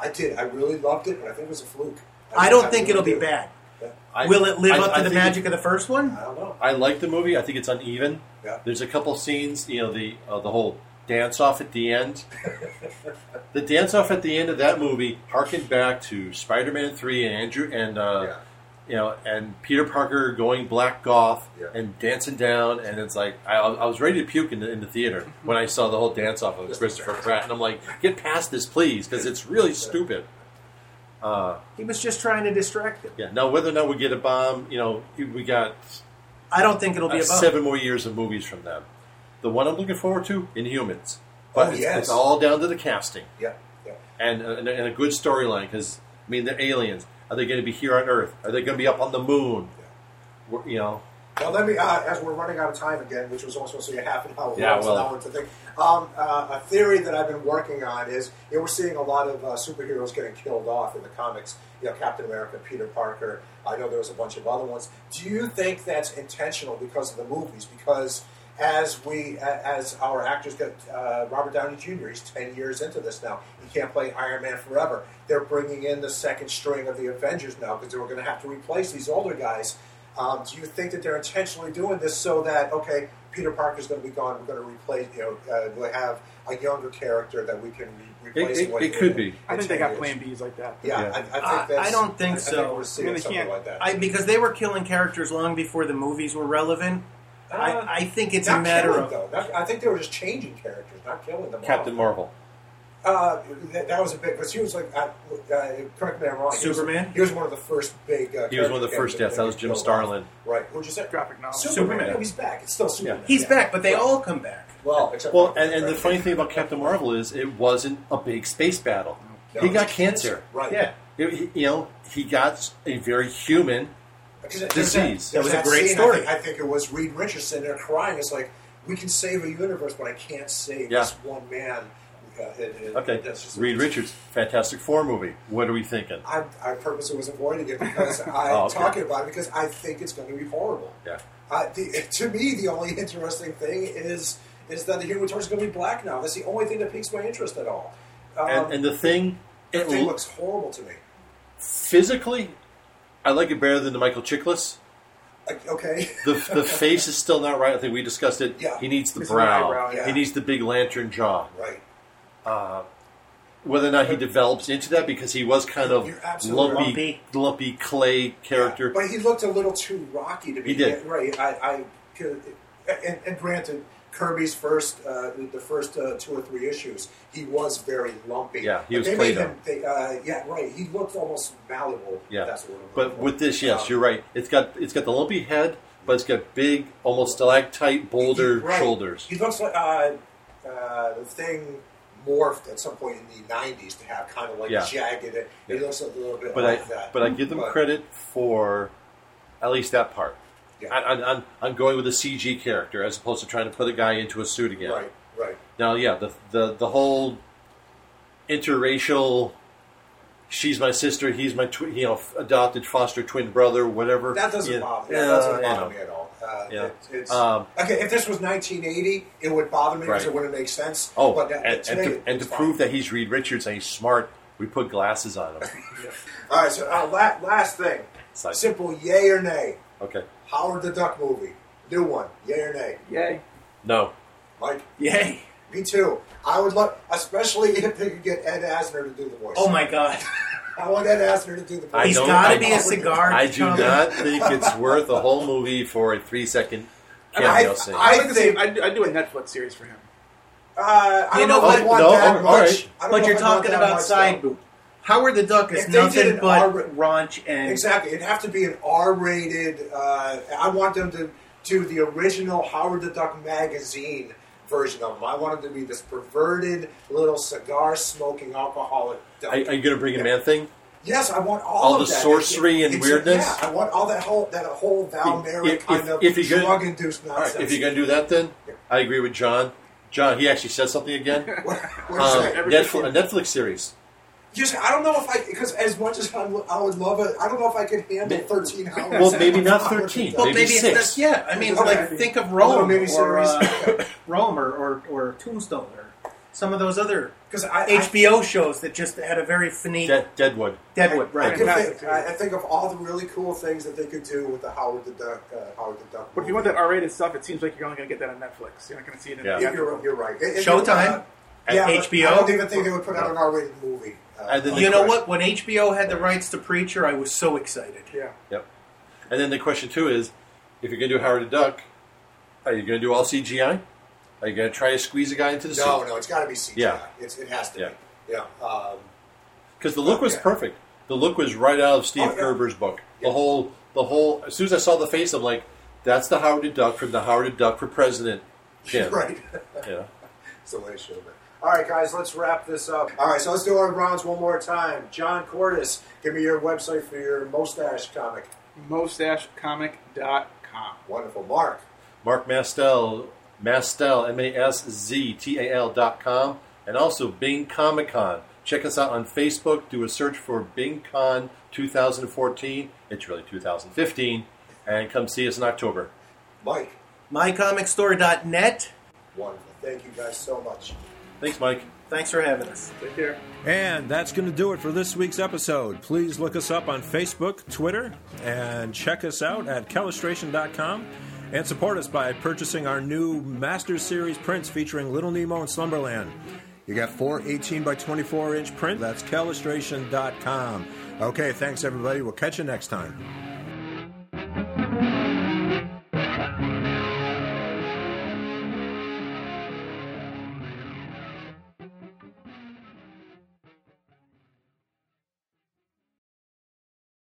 Speaker 1: I did I really loved it, but I think it was a fluke.
Speaker 2: I don't think
Speaker 1: really
Speaker 2: it'll be
Speaker 1: do.
Speaker 2: bad.
Speaker 3: I-
Speaker 2: Will it live
Speaker 3: I-
Speaker 2: up
Speaker 3: I
Speaker 2: to the
Speaker 3: think it-
Speaker 2: magic of the first one?
Speaker 1: I don't know.
Speaker 3: I like the movie. I think it's uneven.
Speaker 1: Yeah.
Speaker 3: There's a couple scenes, you know, the uh, the whole dance off at the end. the dance off at the end of that movie harkened back to Spider-Man three and Andrew and uh,
Speaker 1: Yeah.
Speaker 3: you know and Peter Parker going black goth
Speaker 1: Yeah.
Speaker 3: and dancing down, and it's like I, I was ready to puke in the, in the theater
Speaker 2: Mm-hmm.
Speaker 3: when I saw the whole dance off of Christopher Pratt, and I'm like, get past this, please, because it's really stupid. Uh,
Speaker 2: He was just trying to distract them.
Speaker 3: yeah. Now whether or not we get a bomb, you know, we got
Speaker 2: I don't think it'll be a
Speaker 3: uh,
Speaker 2: bomb.
Speaker 3: seven more years of movies from them. The one I'm looking forward to, Inhumans. But
Speaker 1: Oh,
Speaker 3: it's,
Speaker 1: yes.
Speaker 3: it's all down to the casting
Speaker 1: Yeah, yeah.
Speaker 3: and, and, and a good storyline because, I mean, they're aliens. Are they going to be here on Earth? Are they going to be up on the moon? We're- you know,
Speaker 1: Now let me, uh, as we're running out of time again, which was only supposed to be a half an hour,
Speaker 3: Yeah,
Speaker 1: it's
Speaker 3: well.
Speaker 1: an hour to think. Um, uh, a theory that I've been working on is, you know, we're seeing a lot of uh, superheroes getting killed off in the comics. You know, Captain America, Peter Parker. I know there was a bunch of other ones. Do you think that's intentional because of the movies? Because as we, a- as our actors get, uh, Robert Downey Jr. He's ten years into this now. He can't play Iron Man forever. They're bringing in the second string of the Avengers now because they were going to have to replace these older guys. Um, do you think that they're intentionally doing this so that okay, Peter Parker's going to be gone, we're going to replace, you know, uh, we'll have a younger character that we can re-
Speaker 3: it,
Speaker 1: replace?
Speaker 3: it,
Speaker 1: with
Speaker 3: it
Speaker 1: in-
Speaker 3: could be.
Speaker 4: I
Speaker 1: in
Speaker 4: think
Speaker 1: 10
Speaker 4: they got
Speaker 1: years.
Speaker 4: Plan B's like that.
Speaker 1: Yeah,
Speaker 3: Yeah.
Speaker 1: I, I think
Speaker 2: I-
Speaker 1: that's.
Speaker 2: I don't think
Speaker 1: I
Speaker 2: so.
Speaker 1: we're seeing
Speaker 4: I mean, they
Speaker 1: something
Speaker 4: can't-
Speaker 1: like that.
Speaker 2: I, because they were killing characters long before the movies were relevant.
Speaker 1: Uh,
Speaker 2: I, I think it's a
Speaker 1: not
Speaker 2: matter
Speaker 1: killing, though.
Speaker 2: of
Speaker 1: Not- I think they were just changing characters, not killing them.
Speaker 3: Captain
Speaker 1: off.
Speaker 3: Marvel.
Speaker 1: Uh, that, that was a big because he was like, uh, uh, correct me if I'm wrong. he was-
Speaker 2: Superman?
Speaker 1: He was, one of the first big. Uh,
Speaker 3: He was one of the
Speaker 1: character characters
Speaker 3: first deaths. That was Jim
Speaker 1: killed off.
Speaker 3: Starlin.
Speaker 1: Right. Who'd you say?
Speaker 4: Graphic novel.
Speaker 1: Superman.
Speaker 2: Superman.
Speaker 1: No, he's back. It's still Superman.
Speaker 2: he's
Speaker 1: Yeah.
Speaker 2: back, but they all come back.
Speaker 1: Well, except
Speaker 3: Well,
Speaker 1: for-
Speaker 3: and, and the funny thing about Captain Marvel is it wasn't a big space battle.
Speaker 1: No,
Speaker 3: he
Speaker 1: it
Speaker 3: got
Speaker 1: was
Speaker 3: cancer.
Speaker 1: Right.
Speaker 3: Yeah. He- he- you know, he got a very human
Speaker 1: Because it-
Speaker 3: Disease.
Speaker 1: That,
Speaker 2: That was a
Speaker 1: that
Speaker 2: great
Speaker 1: scene, I
Speaker 2: story.
Speaker 1: think, I think it was Reed Richardson and crying. It's like we can save a universe, but I can't save
Speaker 3: Yeah.
Speaker 1: this one man. Uh, it- it-
Speaker 3: Okay,
Speaker 1: that's just-
Speaker 3: Reed Richards, Fantastic Four movie. What are we thinking?
Speaker 1: I, I purposely was avoiding it because I'm
Speaker 3: Oh, okay.
Speaker 1: talking about it because I think it's going to be horrible.
Speaker 3: Yeah.
Speaker 1: I, the, to me, the only interesting thing is is that the human torch is going to be black now. That's the only thing that piques my interest at all. Um,
Speaker 3: and, and the thing,
Speaker 1: the
Speaker 3: it
Speaker 1: thing
Speaker 3: l-
Speaker 1: looks horrible to me.
Speaker 3: physically, I like it better than the Michael Chiklis.
Speaker 1: Like, okay,
Speaker 3: The, the face is still not right. I think we discussed it.
Speaker 1: Yeah.
Speaker 3: He needs the
Speaker 4: Missing an
Speaker 3: brow.
Speaker 4: eyebrow,
Speaker 1: yeah.
Speaker 3: He needs the big lantern jaw.
Speaker 1: right.
Speaker 3: Whether or not he develops into that, because he was kind of
Speaker 1: You're absolutely
Speaker 3: lumpy,
Speaker 2: right.
Speaker 3: lumpy, clay character.
Speaker 1: But he looked a little too rocky to be
Speaker 3: He did.
Speaker 1: right. I, I could- and, and granted, Kirby's first uh, the- the first uh, two or three issues, he was very lumpy.
Speaker 3: Yeah, he
Speaker 1: But
Speaker 3: was
Speaker 1: they made
Speaker 3: Play-Doh.
Speaker 1: him. They, uh, yeah, right. He looked almost malleable. if
Speaker 3: Yeah,
Speaker 1: that's the word I'm looking
Speaker 3: but
Speaker 1: for.
Speaker 3: with this, yes,
Speaker 1: Um,
Speaker 3: you're right. It's got it's got the lumpy head, but it's got big, almost stalactite boulder
Speaker 1: Right.
Speaker 3: shoulders.
Speaker 1: He looks like uh, uh, the thing morphed at some point in the '90s to have kind of like
Speaker 3: Yeah.
Speaker 1: jagged. It. He
Speaker 3: Yeah.
Speaker 1: looks a little bit
Speaker 3: But
Speaker 1: like
Speaker 3: I
Speaker 1: that.
Speaker 3: but I give them credit for at least that part.
Speaker 1: Yeah.
Speaker 3: I, I, I'm I'm going with a CG character as opposed to trying to put a guy into a suit again.
Speaker 1: Right, right.
Speaker 3: Now, yeah, the the the whole interracial. She's my sister. He's my tw- you know f- adopted foster twin brother. Whatever
Speaker 1: That doesn't
Speaker 3: Yeah.
Speaker 1: bother. That doesn't
Speaker 3: Yeah,
Speaker 1: bother
Speaker 3: yeah.
Speaker 1: me at all. Uh,
Speaker 3: Yeah.
Speaker 1: it- it's,
Speaker 3: Um,
Speaker 1: okay, if this was 1980, it would bother me because
Speaker 3: Right.
Speaker 1: it wouldn't make sense.
Speaker 3: Oh,
Speaker 1: but that,
Speaker 3: and, and
Speaker 1: today,
Speaker 3: to, and to
Speaker 1: it's fine.
Speaker 3: prove that he's Reed Richards and he's smart, we put glasses on him.
Speaker 1: All right. So uh, la- last thing,
Speaker 3: It's like-
Speaker 1: simple, yay or nay?
Speaker 3: Okay.
Speaker 1: Howard the Duck movie, new one, yay or nay?
Speaker 4: Yay.
Speaker 3: No.
Speaker 1: Mike,
Speaker 2: Yay!
Speaker 1: me too. I would love, especially if they could get Ed Asner to do the voice.
Speaker 2: Oh my god.
Speaker 1: I want Ed Asner to do the voice.
Speaker 3: I
Speaker 2: He's
Speaker 3: don't-
Speaker 2: got
Speaker 3: I
Speaker 2: to be a
Speaker 3: don't-
Speaker 2: cigar.
Speaker 3: I do
Speaker 2: company.
Speaker 3: not think it's worth a whole movie for a three second cameo
Speaker 1: I-
Speaker 3: scene.
Speaker 1: I-
Speaker 4: I think I'd, I'd do a Netflix series for him.
Speaker 1: Uh, I
Speaker 2: You
Speaker 1: don't
Speaker 2: know
Speaker 1: know if I
Speaker 2: what?
Speaker 1: want
Speaker 3: No,
Speaker 1: that much.
Speaker 3: all right.
Speaker 1: I don't know
Speaker 2: But
Speaker 1: if
Speaker 2: you're
Speaker 1: I want
Speaker 2: talking
Speaker 1: that
Speaker 2: about
Speaker 1: much,
Speaker 2: side
Speaker 1: though.
Speaker 2: boob. Howard the Duck is
Speaker 1: If they did
Speaker 2: nothing
Speaker 1: an
Speaker 2: but
Speaker 1: R-
Speaker 2: raunch and
Speaker 1: Exactly. It'd have to be an R-rated. Uh, I want them to do the original Howard the Duck magazine version of them. I want them to be this perverted little cigar smoking alcoholic. Duck.
Speaker 3: Are, are you going to bring a man thing?
Speaker 1: yes, I want all,
Speaker 3: All
Speaker 1: of
Speaker 3: the
Speaker 1: that.
Speaker 3: sorcery and weirdness?
Speaker 1: Yeah, I want all that whole that whole Val
Speaker 3: If-
Speaker 1: Mary
Speaker 3: if-
Speaker 1: kind of
Speaker 3: if you're gonna-
Speaker 1: drug-induced
Speaker 3: All right.
Speaker 1: nonsense.
Speaker 3: If you're going to do that, then I agree with John. John, he actually said something again.
Speaker 1: what, what
Speaker 3: Um,
Speaker 1: is that?
Speaker 4: every-
Speaker 3: Netflix, a Netflix series.
Speaker 1: Just, I don't know if I because as much as I, I would love it, I don't know if I could handle
Speaker 3: Ma-
Speaker 1: thirteen hours.
Speaker 3: well, maybe not
Speaker 1: of Howard the
Speaker 3: 13.
Speaker 1: Duck.
Speaker 2: well,
Speaker 3: maybe
Speaker 2: maybe,
Speaker 3: six.
Speaker 2: it's not, yeah. I mean,
Speaker 1: Okay.
Speaker 2: like think of
Speaker 1: Little
Speaker 2: Rome or
Speaker 1: miniseries.
Speaker 2: uh, Rome or, or or Tombstone or some of those other
Speaker 1: Because I, I
Speaker 2: HBO shows that just had a very finite
Speaker 3: De- Deadwood.
Speaker 2: Deadwood,
Speaker 1: I,
Speaker 2: right?
Speaker 1: can
Speaker 4: Right.
Speaker 1: think, I, I think of all the really cool things that they could do with the Howard the Duck. Uh, Howard the Duck.
Speaker 4: But if you want that R-rated stuff, it seems like you're only going to get that on Netflix. You're not going to see it in
Speaker 3: Yeah.
Speaker 1: yeah, you're, you're right. If- if you-
Speaker 2: Showtime.
Speaker 1: uh, yeah, but
Speaker 2: At HBO?
Speaker 1: I don't even think they would put out an R-rated movie. Uh,
Speaker 3: And then
Speaker 1: on
Speaker 3: they-
Speaker 2: You know
Speaker 1: Netflix.
Speaker 2: what? When HBO had the rights to Preacher, I was so excited.
Speaker 4: Yeah.
Speaker 3: Yep. And then the question too is, if you're going to do Howard the Duck, are you going to do all CGI? Are you going to try to squeeze a guy into the
Speaker 1: No,
Speaker 3: suit?
Speaker 1: no, it's got to be CGI.
Speaker 3: Yeah.
Speaker 1: It's, it has to
Speaker 3: Yeah.
Speaker 1: be. Yeah. Um,
Speaker 3: Because the look was
Speaker 1: Yeah.
Speaker 3: perfect. The look was right out of Steve
Speaker 1: Oh, yeah.
Speaker 3: Gerber's book. The
Speaker 1: Yeah.
Speaker 3: whole, the whole. As soon as I saw the face, I'm like, "That's the Howard the Duck from the Howard the Duck for President." Jim.
Speaker 1: Right.
Speaker 3: Yeah.
Speaker 1: It's the way it should have been. All right, guys, let's wrap this up. All right, so let's do our rounds one more time. John Cortis, give me your website for your mustache comic.
Speaker 4: MostacheComic.com.
Speaker 1: Wonderful, Mark.
Speaker 3: Mark Mastel, Mastel, M A S Z T A L dot com, and also Bing Comic Con. Check us out on Facebook. Do a search for Bing Con 2014. It's really 2015, and come see us in October.
Speaker 1: Mike.
Speaker 2: MyComicStore.net.
Speaker 1: Wonderful. Thank you guys so much.
Speaker 3: Thanks, Mike.
Speaker 2: Thanks for having us.
Speaker 4: Take care.
Speaker 5: And that's going to do it for this week's episode. Please look us up on Facebook, Twitter, and check us out at Kellistration.com. And support us by purchasing our new Master Series prints featuring Little Nemo and Slumberland. You got four 18 by 24 inch print. That's Kellistration.com. Okay, thanks everybody. We'll catch you next time.